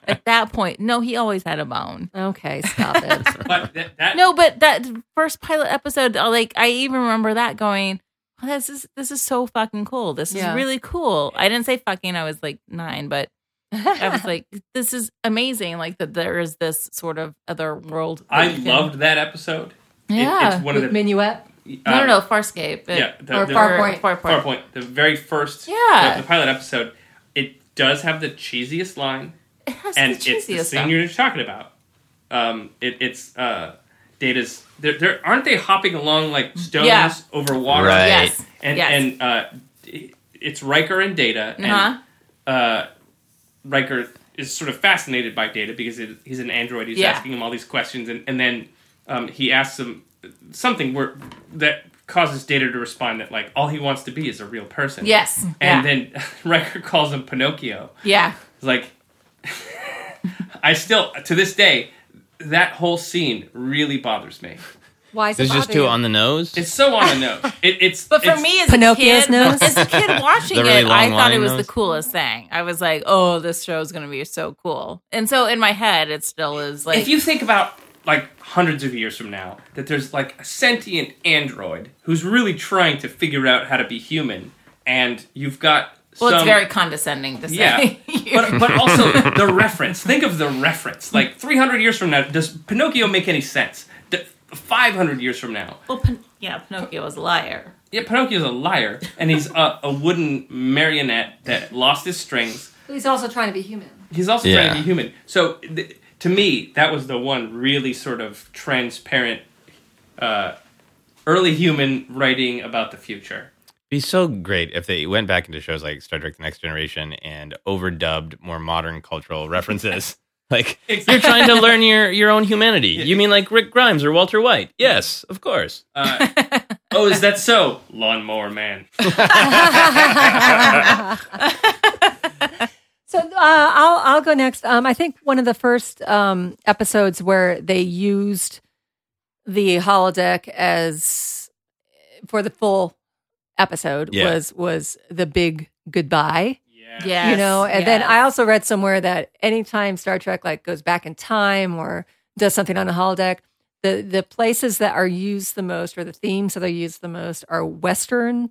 At that point, no, he always had a bone. okay, stop it. But that, that No, but that first pilot episode, uh, like, I even remember that going. "Oh, This is this is so fucking cool. This is Yeah. really cool. I didn't say fucking. I was like nine, but I was like, this is amazing. Like that there is this sort of other world. that I you can- loved that episode. It- Yeah. it's one of the Minuet. No, uh, no, no, Farscape. It- Yeah, the, Or the- Far Point. Far Far Point. Point, the very first, Yeah. the, the pilot episode. It does have the cheesiest line, It has and the it's the cheesiest thing stuff. you're just talking about. Um, it, it's uh, Data's. They're, they're, aren't they hopping along like stones Yeah. over water? Right. Yes. And yes. and uh, it- it's Riker and Data, Uh-huh. and uh, Riker is sort of fascinated by Data because it, he's an android. He's Yeah. asking him all these questions, and and then um, he asks him something where that causes Data to respond that like all he wants to be is a real person. yes. yeah. And then Riker calls him Pinocchio. yeah. It's like I still to this day that whole scene really bothers me. Why is it there's just bother two you? on the nose It's so on the nose. It, it's But for it's- me, as Pinocchio's a kid, nose? as a kid watching The really it, I long thought it line was nose? the coolest thing. I was like, "Oh, this show is going to be so cool." And so in my head, it still is like, if you think about like hundreds of years from now that there's like a sentient android who's really trying to figure out how to be human and you've got "Well, some, it's very condescending to say." yeah but, but also the reference think of the reference like 300 years from now does pinocchio make any sense D- 500 years from now well, Pin- yeah, Pinocchio was a liar. yeah pinocchio's a liar and he's a, a wooden marionette that lost his strings He's also trying to be human. He's also trying Yeah. to be human. So th- to me, that was the one really sort of transparent uh, early human writing about the future. It'd be so great if they went back into shows like Star Trek: The Next Generation and overdubbed more modern cultural references. like you're trying to learn your your own humanity. You mean like Rick Grimes or Walter White? Yes, of course. Uh, oh, is that so? Lawnmower Man. So uh, I'll I'll go next. Um, I think one of the first um, episodes where they used the holodeck as for the full episode Yeah. was was the big goodbye. Yeah. Yeah, you know, and then I also read somewhere that anytime Star Trek like goes back in time or does something on the holodeck, the the places that are used the most or the themes that are used the most are Western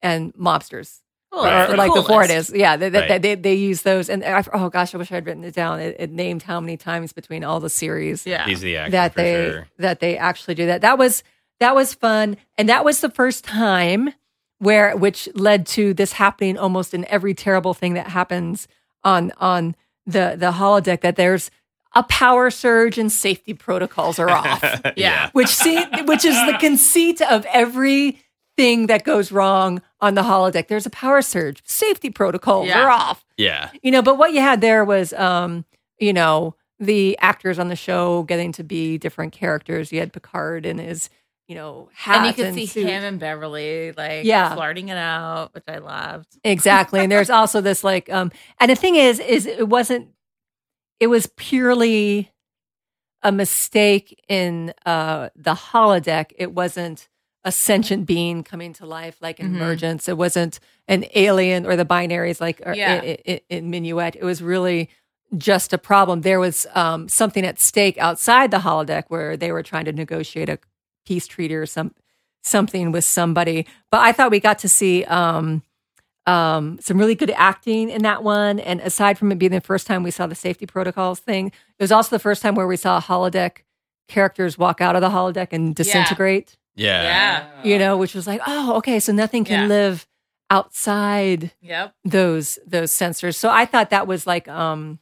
and mobsters Cool, Right. it's or like before it coolest. is. Yeah, they, they, Right. they, they use those. And I, oh gosh, I wish I had written it down. It, it named how many times between all the series Yeah, He's the actor that for they sure. that they actually do that. That was that was fun, and that was the first time where which led to this happening almost in every terrible thing that happens on on the the holodeck that there's a power surge and safety protocols are off Yeah. which see which is the conceit of every thing that goes wrong on the holodeck there's a power surge safety protocols Yeah. are off Yeah. you know but what you had there was um you know the actors on the show getting to be different characters you had picard in his you know hat And you could see suit. him and Beverly like Yeah. flirting it out, which I loved. Exactly. And there's also this like um and the thing is is it wasn't it was purely a mistake in uh the holodeck. It wasn't a sentient being coming to life like in Mhm. emergence. It wasn't an alien or the binaries like are Yeah. i- i- i- in Minuet. It was really just a problem. There was um something at stake outside the holodeck where they were trying to negotiate a peace treaty or some something with somebody. But I thought we got to see um um, some really good acting in that one. And aside from it being the first time we saw the safety protocols thing, it was also the first time where we saw holodeck characters walk out of the holodeck and disintegrate, Yeah. yeah. Uh-huh. you know, which was like, oh, okay, so nothing can Yeah. live outside Yep. those those sensors. So I thought that was like um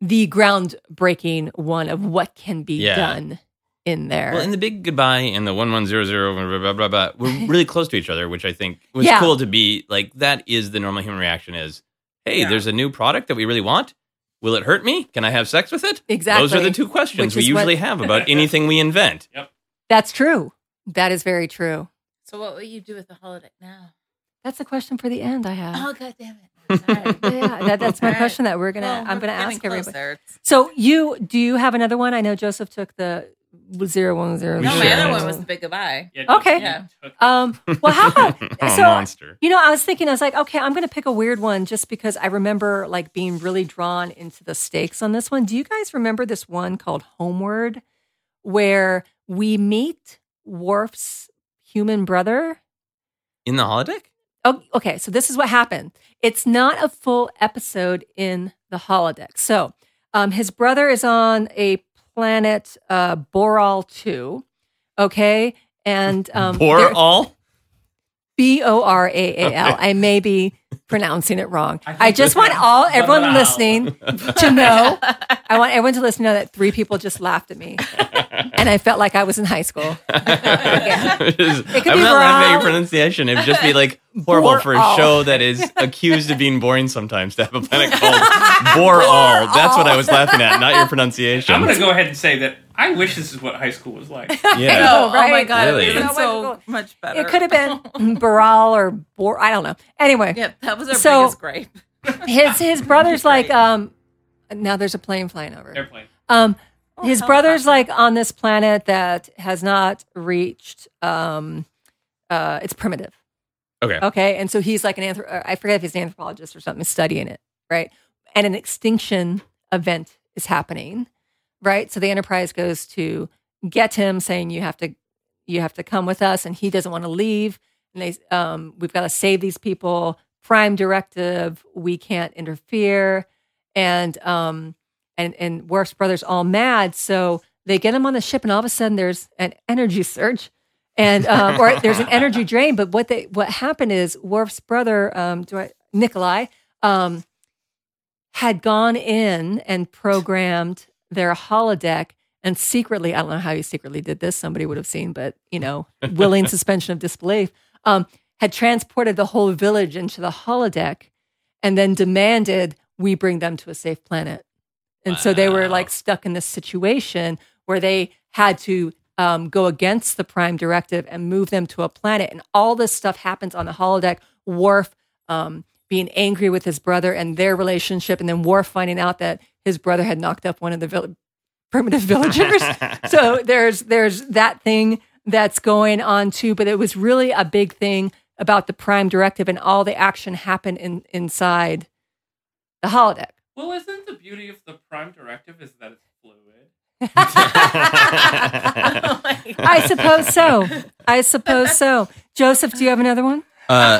the groundbreaking one of what can be Yeah. done in there. Well, and the big goodbye and the one one zero zero blah blah blah blah were really close to each other, which I think was Yeah. cool to be like. That is the normal human reaction: is Hey, Yeah. there's a new product that we really want. Will it hurt me? Can I have sex with it? exactly. Those are the two questions Which we is what- usually have about anything we invent. That's true. That is very true. So what will you do with the holiday now? That's a question for the end I have. Oh god damn it. Sorry. yeah, that, that's my All right. question that we're gonna. Well, I'm we're gonna getting ask everybody. closer. It's- So you do you have another one? I know Joseph took the zero one zero. We No, my should. other one was the big goodbye. Okay. Yeah. Um. Well, how about Oh, so? monster. You know, I was thinking, I was like, okay, I'm gonna pick a weird one just because I remember like being really drawn into the stakes on this one. Do you guys remember this one called Homeward, where we meet Worf's human brother? In the holodeck? Oh, okay, so this is what happened. It's not a full episode in the holodeck. So um, his brother is on a planet, uh, Boral 2, okay? And um, Poor all? B O R A A L. I may be pronouncing it wrong. think I, just this want is all everyone Boral. listening to know. I want everyone to listen to know that three people just laughed at me, and I felt like I was in high school. It is- I'm not be laughing at your Raoul. pronunciation. It would just be like horrible for a Boral. show that is accused of being boring sometimes to have a planet called Boral. That's what I was laughing at, not your pronunciation. I'm gonna go ahead and say that I wish this is what high school was like. I yeah. know. Oh my right. god, Really? it was That so wasn't much better. It could have been Boral or Bor. I don't know. Anyway, Yeah, that was our So- biggest gripe. his his brother's like um now there's a plane flying over Airplane. um his brother's like on this planet that has not reached um uh it's primitive Okay. okay and so he's like an anthrop- uh, i forget if he's an anthropologist or something studying it right and an extinction event is happening right so the enterprise goes to get him saying you have to you have to come with us and he doesn't want to leave and they um we've got to save these people prime directive we can't interfere and um and and Worf's brother's all mad so they get him on the ship and all of a sudden there's an energy surge and um, or there's an energy drain but what they what happened is Worf's brother um do I, Nikolai um had gone in and programmed their holodeck and secretly, I don't know how he secretly did this, somebody would have seen, but you know, willing suspension of disbelief, um, had transported the whole village into the holodeck and then demanded we bring them to a safe planet. And so they were Wow. like stuck in this situation where they had to um, go against the prime directive and move them to a planet. And all this stuff happens on the holodeck. Worf um, being angry with his brother and their relationship, and then Worf finding out that his brother had knocked up one of the vill- primitive villagers. so there's there's that thing that's going on too. But it was really a big thing about the prime directive, and all the action happened in inside the holodeck. Well, isn't the beauty of the prime directive is that it's fluid? Oh my God. I suppose so. I suppose so. Joseph, do you have another one? Uh,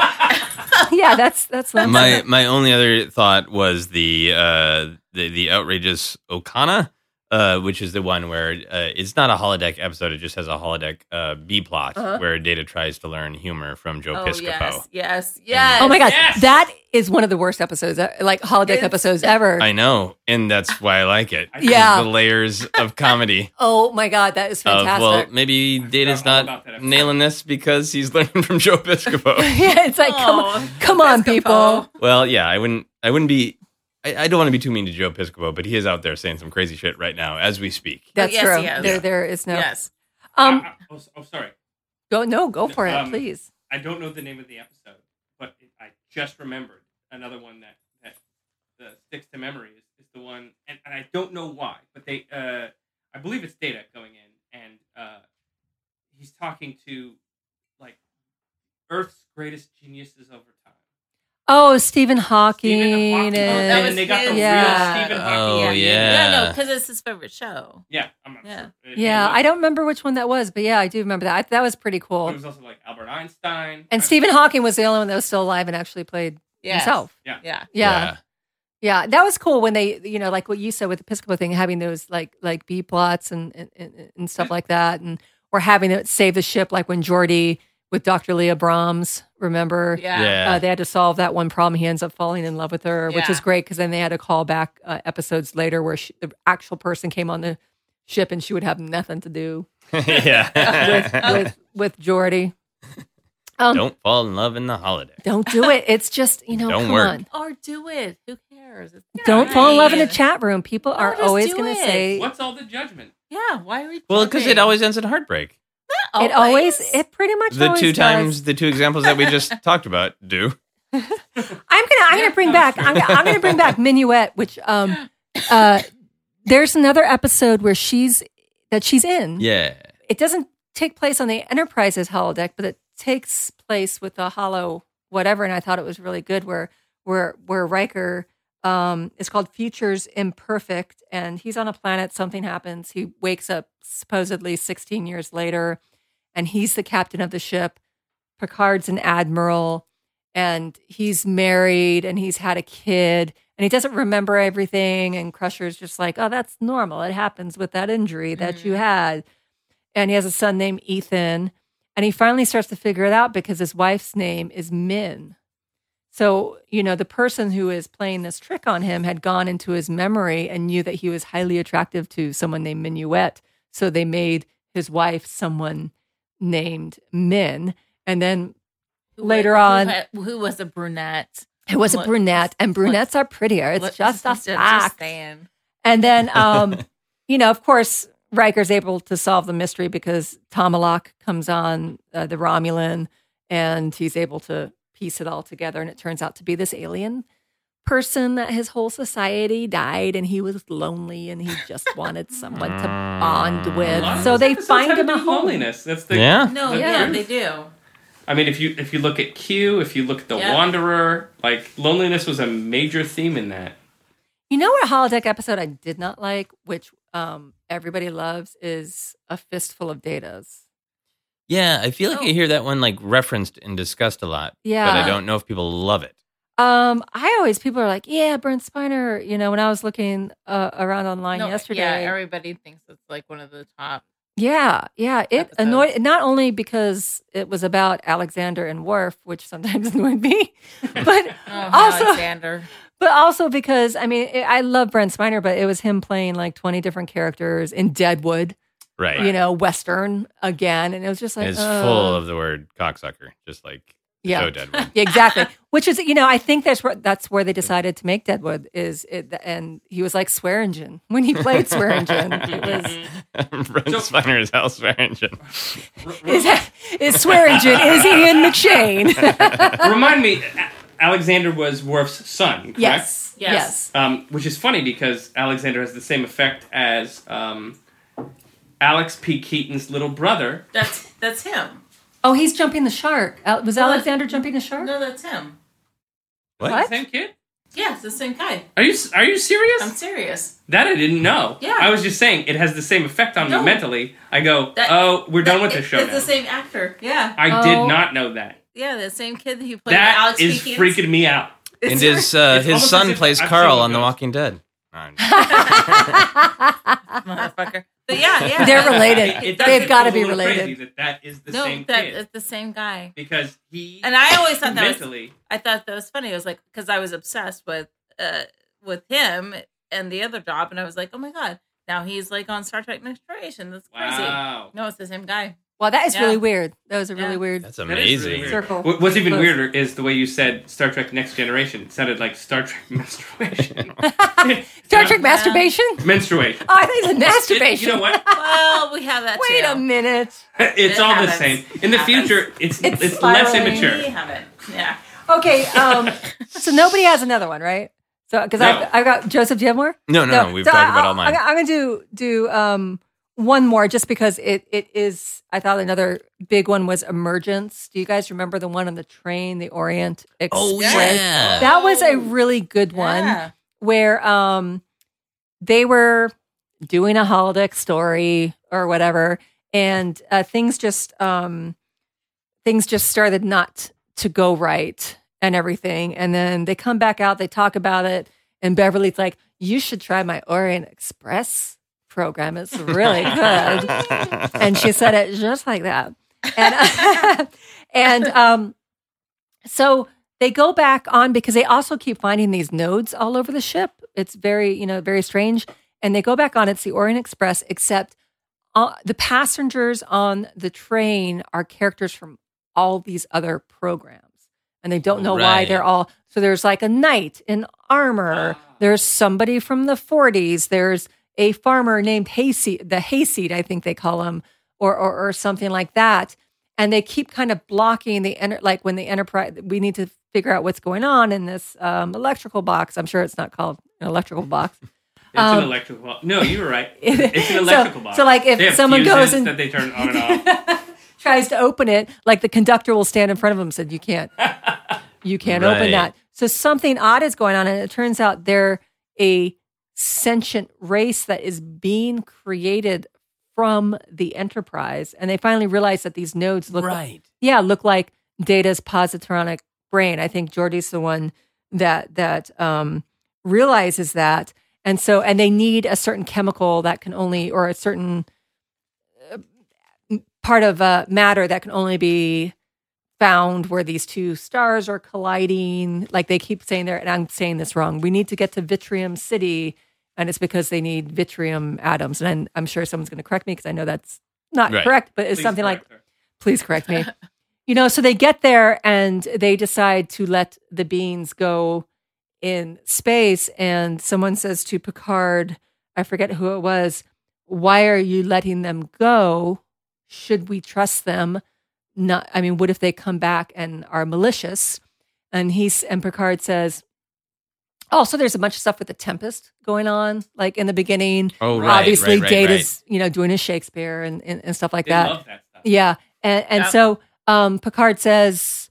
yeah, that's that's Lindsay. my my only other thought was the uh the, the outrageous Okana uh, which is the one where uh, it's not a holodeck episode. It just has a holodeck uh, B plot where Data tries to learn humor from Joe Uh-huh. Oh, Piscopo. yes, yes, yes. Oh my god, Yes. that is one of the worst episodes, uh, like holodeck episodes ever. I know, and that's why I like it. Yeah. the layers of comedy. oh my god, that is Of, Uh, well, fantastic. maybe Data's all not about that episode. nailing this because he's learning from Joe Piscopo. yeah, it's like come Oh, on, come on, people. well, yeah, I wouldn't. I wouldn't be. I, I don't want to be too mean to Joe Piscopo, but he is out there saying some crazy shit right now as we speak. Oh, That's yes, true. yes. There, there is no. Yes. Um, I, I, oh, sorry. go no, go for it, Um, please. I don't know the name of the episode, but it, I just remembered another one that that uh, sticks to memory is, is the one, and, and I don't know why, but they, uh, I believe it's Data going in, and uh, he's talking to like Earth's greatest geniuses over time. Oh, Stephen Hawking. Stephen Hawking, Oh, is- that was and they got the his- yeah. real Stephen Oh, Hawking. in. yeah. Yeah, no, because it's his favorite show. yeah, I'm not Yeah. sure. It- Yeah, I it don't remember which one that was, but yeah, I do remember that. I, that was pretty was, It cool. was also like Albert Einstein And Stephen Hawking was the only one that was still alive and actually played Yeah. himself. Yeah. Yeah. yeah, That was cool when they, you know, like what you said with the Episcopal thing, having those like like B plots and and- and, and Mm-hmm. stuff like that, and or having it save the ship, like when Jordy with Dr. Leah Brahms, remember? Yeah. Uh, they had to solve that one problem. He ends up falling in love with her, which Yeah. is great because then they had to call back uh, episodes later where she, the actual person came on the ship and she would have nothing to do with yeah. with, with Jordy. Um, don't. Don't fall in love in the holiday. do it. It's just you know, Don't come work. on. Or do it. Who cares? It's Don't fall in love in a fine. chat room. People are just always do going to it. say What's all the judgment? Yeah. Why are we? Well, because it judging? always ends in heartbreak. it. Always, it pretty much The always two does. times, the two examples that we just talked about do. I'm gonna I'm gonna bring back I'm, gonna- I'm gonna bring back Minuet, which um uh there's another episode where she's that she's in. Yeah. It doesn't take place on the Enterprise's holodeck, but it takes place with the hollow whatever. And I thought it was really good where where where Riker um it's called Futures Imperfect, and he's on a planet, something happens, he wakes up supposedly 16 years later, and he's the captain of the ship. Picard's an admiral and he's married and he's had a kid and he doesn't remember everything and Crusher's just like, "Oh, that's normal. It happens with that injury that you had." And he has a son named Ethan and he finally starts to figure it out because his wife's name is Min. So, you know, the person who is playing this trick on him had gone into his memory and knew that he was highly attractive to someone named Minuet. So they made his wife someone named Min. And then Who- later who on- had- who was a brunette? it was a Look, brunette, and brunettes are prettier. It's What- just a just fact. saying. And then, um, you know, of course, Riker's able to solve the mystery because Tomalak comes on uh, the Romulan, and he's able to piece it all together. And it turns out to be this alien person that his whole society died, and he was lonely, and he just wanted someone to bond lot with. of So those they episodes find have him to a do with home. loneliness. That's the Yeah. No, The yeah, truth. they do. I mean, if you if you look at Q, if you look at The Yeah. Wanderer, like loneliness was a major theme in that. You know what holodeck episode I did not like, which um, everybody loves, is a fistful of datas. Yeah. I feel like I hear that one like referenced and discussed a lot. Yeah. But I don't know if people love it. Um, I always people are like, yeah, Brent Spiner. You know, when I was looking uh, around online No, yesterday, yeah, yeah, everybody thinks it's like one of the top. yeah, it Episodes. annoyed not only because it was about Alexander and Worf, which sometimes annoyed me, but Oh, Also- Alexander. but also because I mean, it, I love Brent Spiner, but it was him playing like twenty different characters in Deadwood, Right. you know, Western again, and it was just like it's uh, full of the word cocksucker, just like yeah. so dead. Yeah, exactly. Which is, you know, I think that's where that's where they decided to make Deadwood is it, and he was like Swearingen when he played Swearingen. It was Brent Spiner is Hal Swearingen. is is Swearingen is Ian McShane. Remind me, A- Alexander was Worf's son, correct? yes, Yes. yes, Um, which is funny because Alexander has the same effect as um, Alex P. Keaton's little brother. That's that's him. Oh, he's jumping the shark. Al- Was Alexander jumping the shark? No, that's him. What? Same kid? Yes, the same guy. Are you s- are you serious? I'm serious. that I didn't know. Yeah. I was just saying it has the same effect on No. me mentally. I go, That- oh, we're done That- with it- this show It's now. the same actor. Yeah, I Oh. did not know that. yeah, the same kid who played That Alex is P. Keaton. freaking me out. And his uh, his It's almost as son if plays I've Carl seen on The those. Walking Dead. I'm- motherfucker. But yeah, yeah. They're related. It does They've seem got a to be little crazy related. that that is the no, same that kid it's the same guy. because he And I always thought that was, mentally I thought that was funny. It was like because I was obsessed with uh with him and the other job, and I was like, oh my god, now he's like on Star Trek Next Generation. That's crazy. wow. No, it's the same guy. Well, that is Yeah. really weird. That was a Yeah. really weird That's That is really amazing. weird. circle. Wh- What's even Close. weirder is the way you said Star Trek Next Generation. It sounded like Star Trek menstruation. Star Trek Yeah. masturbation? menstruation. Oh, I think it's It- masturbation. you know what? Well, we have that. Wait too. a minute. It's It all the happens. same. In the It happens. future, it's It's it's, less spiraling. We immature. have it. Yeah. Okay, um, so nobody has another one, right? So because No. I've, I've got Joseph, do you have more? No, no, no. We've so talked I- about I- all mine. I, am gonna do do um, one more just because it it is. I thought another big one was Emergence. Do you guys remember the one on the train, the Orient Express? Oh yeah. That was a really good one Yeah. where um they were doing a holodeck story or whatever and uh, things just um things just started not to go right and everything and then they come back out they talk about it and beverly's like you should try my orient express program it's really good and she said it just like that. And and um, so they go back on because they also keep finding these nodes all over the ship. It's very you know very strange. And they go back on. It's the Orient Express, except uh, the passengers on the train are characters from all these other programs, and they don't know why Right. they're all. So there's like a knight in armor. There's somebody from the 40s. There's a farmer named Hayseed, the Hayseed, I think they call him, or, or or something like that. And they keep kind of blocking the enter, like when the enterprise. We need to figure out what's going on in this um, electrical box. I'm sure it's not called an electrical box. It's Um, an electrical. box. No, you were right. It's an So- electrical box. So like They if have someone goes fuses and that they turn on and off. tries to open it, like the conductor will stand in front of him and said, "You can't, you can't open Right. that." So something odd is going on, and it turns out they're a sentient race that is being created from the Enterprise, and they finally realize that these nodes look, Right. yeah, look like Data's positronic brain. I think Jordy's the one that that um, realizes that, and so and they need a certain chemical that can only or a certain part of uh, matter that can only be found where these two stars are colliding. Like they keep saying there, and I'm saying this wrong. We need to get to Vitrium City, and it's because they need vitrium atoms. And I'm, I'm sure someone's going to correct me because I know that's not Right. correct, but it's Please something like correct her. please correct me. you know, so they get there and they decide to let the beings go in space. And someone says to Picard, I forget who it was, why are you letting them go? Should we trust them? Not, I mean, what if they come back and are malicious? And he's and Picard says, also there's a bunch of stuff with the Tempest going on, like in the beginning. Oh, right, obviously right, right, Data's, you know, doing his Shakespeare and, and, and stuff like They that. love that stuff. Yeah. And, and Yeah. so um, Picard says,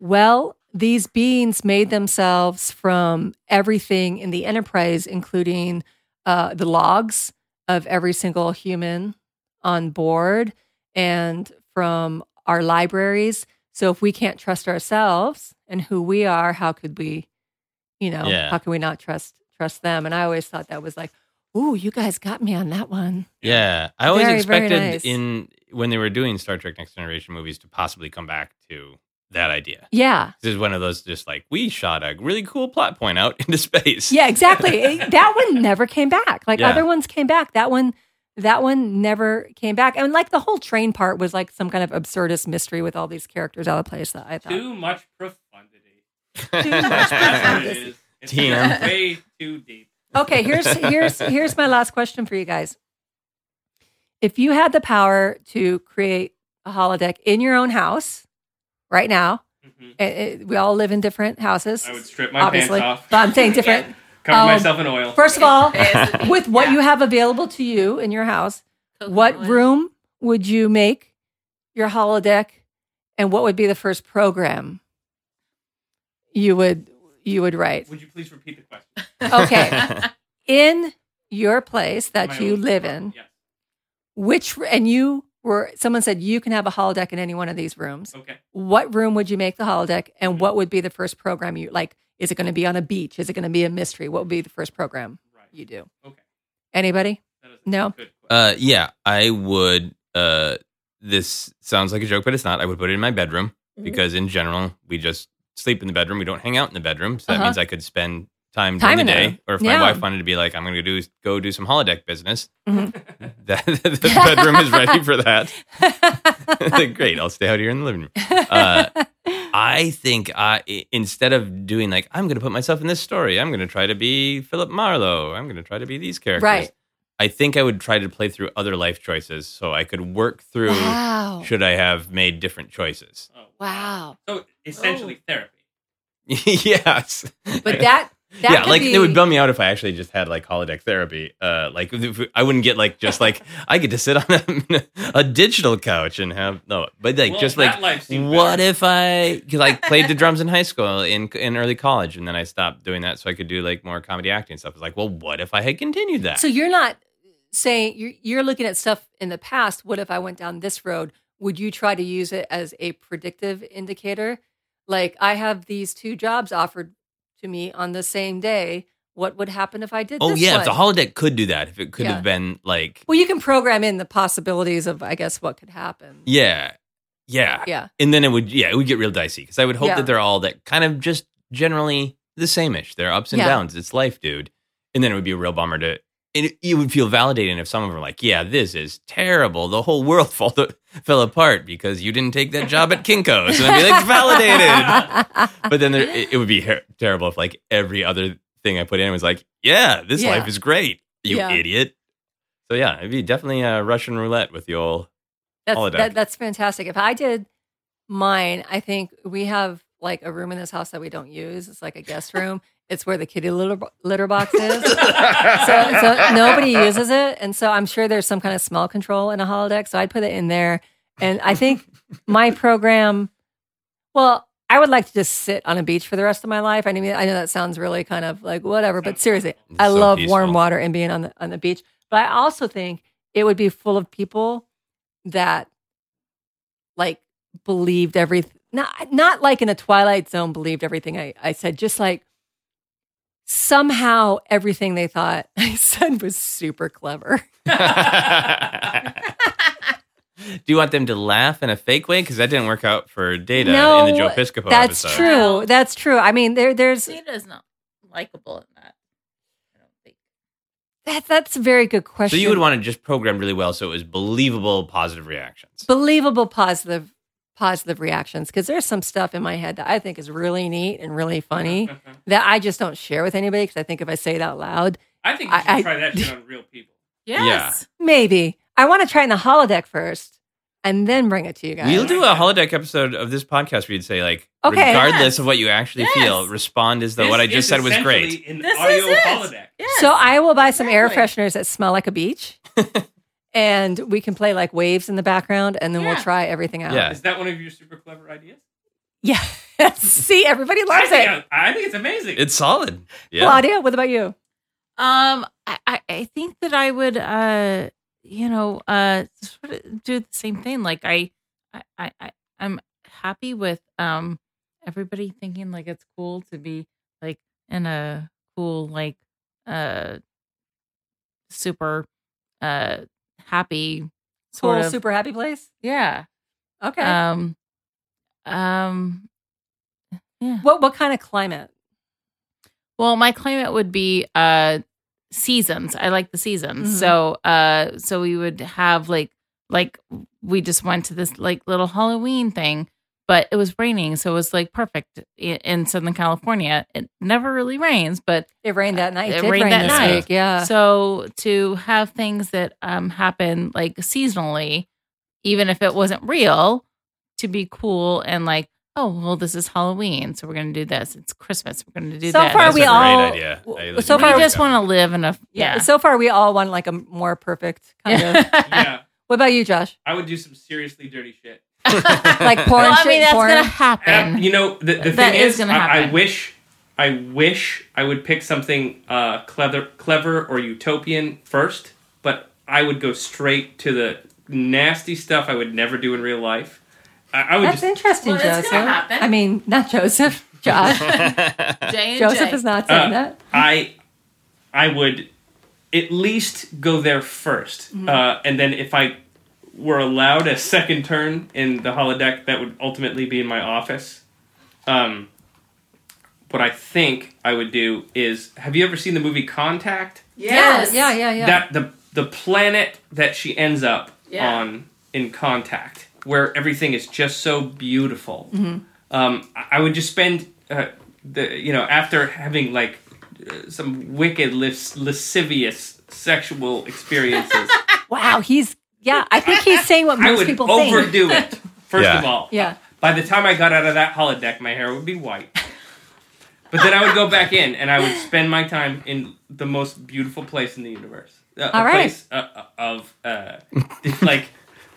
Well, these beings made themselves from everything in the Enterprise, including uh, the logs of every single human on board and from our libraries. So if we can't trust ourselves and who we are, how could we, you know, Yeah. how can we not trust trust them? And I always thought that was like, ooh, you guys got me on that one. Yeah, I always Very, very expected nice. in when they were doing Star Trek Next Generation movies to possibly come back to that idea. Yeah. This is one of those just like we shot a really cool plot point out into space. Yeah, exactly. It- that one never came back. Like Yeah. other ones came back. That one, that one never came back. And like the whole train part was like some kind of absurdist mystery with all these characters out of place. That I thought. Too much profundity. That's what profundity. it is. It's TM. way too deep. Okay, here's here's here's my last question for you guys. If you had the power to create a holodeck in your own house right now, Mhm. it, it- we all live in different houses. I would strip my obviously, pants off, but I'm saying different. cover um, myself in oil. First of all, ASAP. with what Yeah. you have available to you in your house, Coconut what oil. room would you make your holodeck and what would be the first program you would you would write Would you please repeat the question? okay in your place that My you own live apartment, in Yes. which and you were someone said you can have a holodeck in any one of these rooms Okay. Mm-hmm. what room would you make the holodeck and what would be the first program you like is it going to be on a beach is it going to be a mystery what would be the first program Right. you do. Okay. Anybody? That is a No. good question. Uh, yeah, I would. Uh, this sounds like a joke, but it's not. I would put it in my bedroom Mhm. because, in general, we just sleep in the bedroom. We don't hang out in the bedroom, so that Uh-huh. means I could spend time, Time during the in day. there. Or if Yeah. my wife wanted to be like, "I'm going to do go do some holodeck business," Mhm. that the bedroom is ready for that. Great, I'll stay out here in the living room. Uh, I think I, i- instead of doing like, I'm going to put myself in this story, I'm going to try to be Philip Marlowe, I'm going to try to be these characters. Right. I think I would try to play through other life choices so I could work through Wow. should I have made different choices. Oh. Wow. So essentially Oh. therapy. yes. But that that yeah, could like be, it would bum me out if I actually just had like holodeck therapy. Uh, like if- I wouldn't get like just like I get to sit on a, a digital couch and have no, but like Well, just that like life seemed what better. if I because I played the drums in high school in in early college and then I stopped doing that so I could do like more comedy acting and stuff. It's like, well, what if I had continued that? So you're not saying you're you're looking at stuff in the past. What if I went down this road? Would you try to use it as a predictive indicator? Like I have these two jobs offered to me on the same day. What would happen if I did? oh this yeah, one? if the holodeck could do that, if it could Yeah. have been like well, you can program in the possibilities of I guess what could happen. yeah, yeah, Yeah. and then it would yeah it would get real dicey because i would hope Yeah. that they're all that kind of just generally the same-ish they're ups and Yeah. downs it's life dude and then it would be a real bummer to and it, it would feel validating if some of them were like yeah this is terrible the whole world fall fell apart because you didn't take that job at kinko's and i'd be like validated but then there, it, it would be her- terrible if like every other thing i put in was like yeah this Yeah. life is great you Yeah. idiot so yeah it'd be definitely a russian roulette with the old That's holodeck. that, that's fantastic. If I did mine, I think we have like a room in this house that we don't use. It's like a guest room. it's where the kitty litter, bo- litter box is. so, so nobody uses it, and so I'm sure there's some kind of smell control in a holodeck. So I'd put it in there, and I think my program. Well, I would like to just sit on a beach for the rest of my life. I mean, I know that sounds really kind of like whatever, but seriously, I so love warm peaceful. water and being on the on the beach. But I also think it would be full of people that like believed everything. Not not like in the Twilight Zone believed everything I, I said. Just like somehow everything they thought I said was super clever. Do you want them to laugh in a fake way? Because that didn't work out for Data in the No, Joe Piscopo That's episode. Wow. true. That's true. I mean, there there's Data's not likable in that. I don't think. that that's a very good So question. you would want to just program really well so it was believable positive reactions. believable positive positive reactions because there's some stuff in my head that I think is really neat and really funny that I just don't share with anybody because I think if I say it out loud, I think you should I- I- try that shit on real people. Yes. maybe I want to try it in the holodeck first and then bring it to you guys. We'll do a holodeck episode of this podcast where you'd say like, Okay. regardless Yes. of what you actually Yes. feel, respond as though This what I is just said was great. essentially An This audio is it. holodeck. Yes. So I will buy some air Exactly. fresheners that smell like a beach, and we can play like waves in the background, and then Yeah. we'll try everything out. Yeah. Is that one of your super clever ideas? Yeah. See, everybody I loves think, it. I, I think it's amazing. It's solid. Yeah. Claudia, what about you? Um, I, I- I think that I would, uh, you know, uh, sort of do the same thing. Like I, I, I, I- I'm happy with um everybody thinking like it's cool to be like in a cool like uh super uh happy sort Cool, of super happy place. yeah Okay. um um yeah what what kind of climate? Well, my climate would be uh seasons. I like the seasons. Mhm. So uh so we would have like like we just went to this like little Halloween thing, but it was raining, so it was like perfect in, in Southern California. It never really rains, but It rained that night. It did rained rain that this night. week. Yeah. so to have things that um happen like seasonally, even if it wasn't real, to be cool and like, oh well, this is Halloween, so we're gonna do this. It's Christmas, we're gonna do So that. far That's we a great all- idea. I w- like so that. far we just want to live in a yeah. yeah. So far, we all want like a more perfect kind of. yeah, What about you, Josh? I would do some seriously dirty shit. Like porn Well, I shit. mean, that's porn. gonna happen. And, you know, the, the That thing is is, gonna I, I happen. wish, I wish I would pick something uh, clever, clever or utopian first, but I would go straight to the nasty stuff I would never do in real life. I, I would That's just. interesting, Well, it's Joseph. gonna happen. I mean, not Joseph. Josh. J and J. Joseph is not saying Uh, that. I, I would at least go there 1st Uh, and then if I were allowed a second turn in the holodeck, that would ultimately be in my office. Um, what I think I would do is have you ever seen the movie Contact? Yes. Yeah, yeah, yeah. That the the planet that she ends up Yeah. on in Contact, where everything is just so beautiful. Mm-hmm. Um, I- I would just spend uh, the you know after having like uh, some wicked lis- lascivious sexual experiences. wow, he's yeah. I think he's saying what I most would people think. overdo it. First Yeah. of all, Yeah. By the time I got out of that holodeck, my hair would be white. But then I would go back in, and I would spend my time in the most beautiful place in the universe. Uh, All a right. place uh, uh, of uh, this, like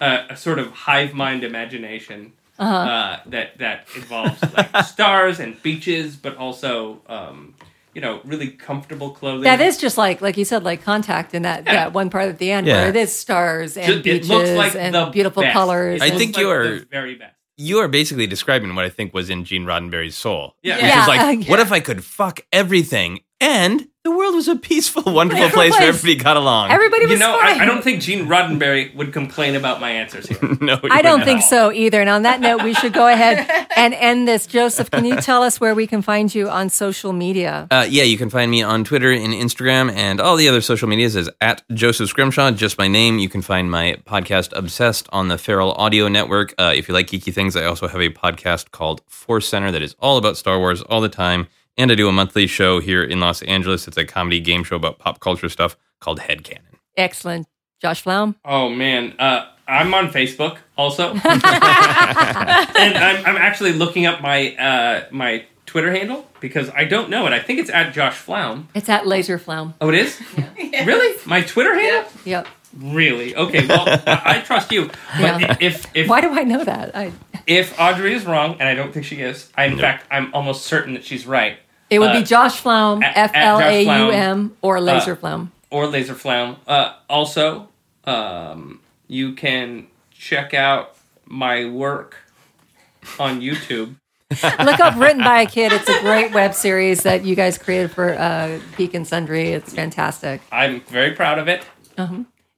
uh, a sort of hive mind imagination uh Uh-huh. that that involves like stars and beaches, but also um, you know really comfortable clothing. That is just like like you said, like contact in that, that one part at the end Yeah. where it is stars and Ju- beaches and beautiful best. colors. It I and- looks think you like are- the very best. You are basically describing what I think was in Gene Roddenberry's soul. Yeah. Which Yeah. is like, Yeah. what if I could fuck everything and the world was a peaceful, wonderful place where place. everybody got along? everybody was You know, fine. I, I don't think Gene Roddenberry would complain about my answers here. no, you I don't wouldn't. think so either. And on that note, we should go ahead and end this. Joseph, can you tell us where we can find you on social media? Uh, yeah, you can find me on Twitter and Instagram and all the other social medias is at Joseph Scrimshaw, just my name. You can find my podcast Obsessed on the Feral Audio Network. Uh, if you like geeky things, I also have a podcast called Force Center that is all about Star Wars all the time. And I do a monthly show here in Los Angeles. It's a comedy game show about pop culture stuff called Headcanon. Excellent. Josh Flaum. Oh man, uh, I'm on Facebook also, and I'm, I'm actually looking up my uh, my Twitter handle because I don't know it. I think it's at Josh Flaum. It's at Laser Flaum. Oh, it is. Really, my Twitter handle? Yep. Really? Okay. Well, I, I trust you. But Yeah. if if Why do I know that? I, if Audrey is wrong, and I don't think she is, I, in fact, I'm almost certain that she's right. it would Uh, be Josh Flaum, at- F at Josh L A U Flaum. Uh, M, or Laser Flaum. or Laser Flam. Uh, also, um, you can check out my work on YouTube. Look up Written by a Kid. It's a great web series that you guys created for uh, Geek and Sundry. It's fantastic. I'm very proud of it.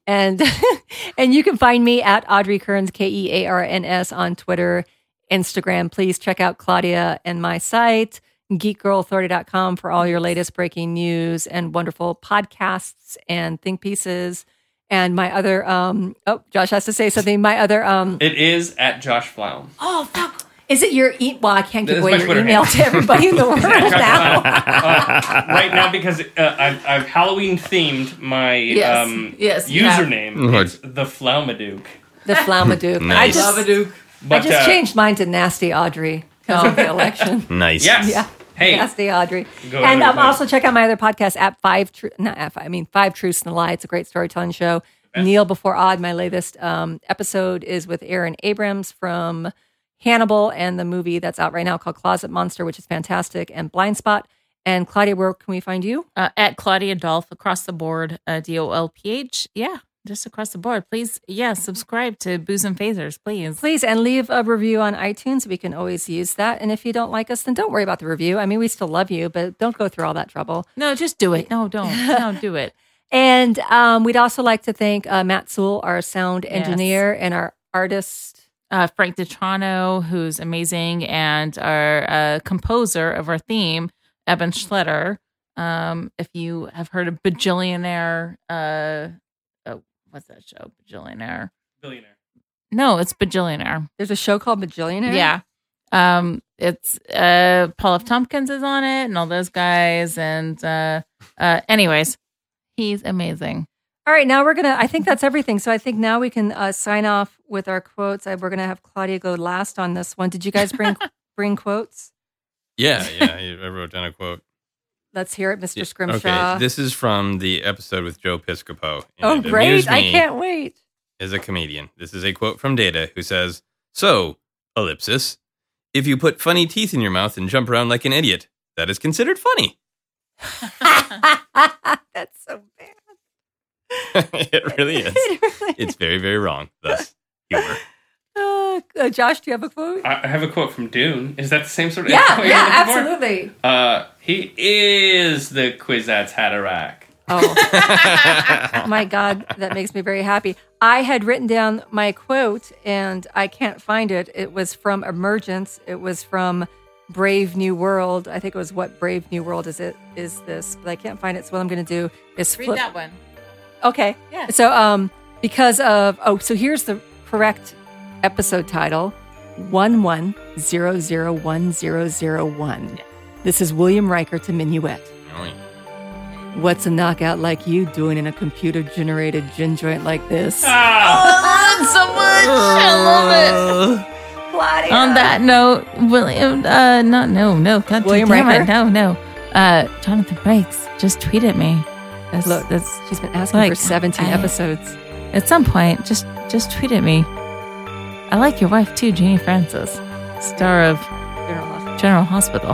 and and you can find me at Audrey Kearns K E A R N S on Twitter, Instagram. Please check out Claudia and my site geekgirlauthority.com for all your latest breaking news and wonderful podcasts and think pieces. And my other um oh Josh has to say something. My other um It is at Josh Flaum. oh fuck is it your e- well I can't give This is away my your Twitter email to everybody in the world Josh now. Flaum. Uh, right now, because uh, I've, I've Halloween themed my Yes. um, Yes, you have. username. Mhm. It's the Flamaduke. The Flamaduke. I Nice. just I But, just uh, changed mine to Nasty Audrey because of the election. Nice. Yes. Yeah. Hey. Nasty Audrey. Go ahead And and um, play. also check out my other podcast, at Five Tru- not at Five, I mean Five Truths and a Lie. It's a great storytelling show. Neil Before Odd, my latest um, episode is with Aaron Abrams from Hannibal and the movie that's out right now called Closet Monster, which is fantastic, and Blind Spot. And Claudia, where can we find you? uh, at Claudia Dolph across the board, uh, D O L P H. Yeah, just across the board. Please, yeah, subscribe to Booze and Phasers, please. Please and leave a review on iTunes. We can always use that. And if you don't like us, then don't worry about the review. I mean, we still love you, but don't go through all that trouble. No, just do it. No, don't. No, do it. And um, we'd also like to thank uh, Matt Sewell, our sound Yes. engineer, and our artist. Uh, Frank DiTrano, who's amazing, and our uh, composer of our theme, Eben Schletter. Um, if you have heard of Bajillionaire, uh, oh, what's that show? Bajillionaire. Billionaire. No, it's Bajillionaire. There's a show called Bajillionaire. Yeah. Um, it's uh Paul F. Tompkins is on it and all those guys and uh uh anyways, he's amazing. All right, now we're gonna. I think that's everything. So I think now we can uh, sign off with our quotes. I, we're gonna have Claudia go last on this one. Did you guys bring bring quotes? Yeah, yeah. I wrote down a quote. Let's hear it, Mr. Yeah, Scrimshaw. Okay, this is from the episode with Joe Piscopo. and oh, it great! amused I me can't wait. As a comedian, this is a quote from Data who says, "So, ellipsis, if you put funny teeth in your mouth and jump around like an idiot, that is considered funny." that's so bad. it really is. It really- It's very, very wrong. Thus, humor. Uh, uh, Josh, do you have a quote? I I have a quote from Dune. Is that the same sort of yeah, quote you're yeah, Uh, looking for? absolutely. Uh, he is the Kwisatz Haderach. Oh my God, that makes me very happy. I had written down my quote and I can't find it. It was from Emergence. It was from Brave New World. I think it was what Brave New World is it is this, but I can't find it. So what I'm going to do is Read flip. that one. Okay. Yeah. So um because of oh so here's the correct episode title one one zero zero one zero zero one. This is William Riker to Minuet. Oh, yeah. What's a knockout like you doing in a computer generated gin joint like this? Ah. Ah! so much. I love it. On that note, William, uh, no, no, no, God William damn it, Riker? no, no. Uh, Jonathan Brakes, just tweet at me. That's, Look, that's She's been asking Like, for 17 I- episodes. at some point. Just, just tweet at me. I like your wife too, Jeannie Francis, star of All General Hospital.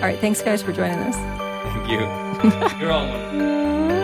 right. Thanks, guys, for joining us. Thank you. Oh. You're all wonderful. Thank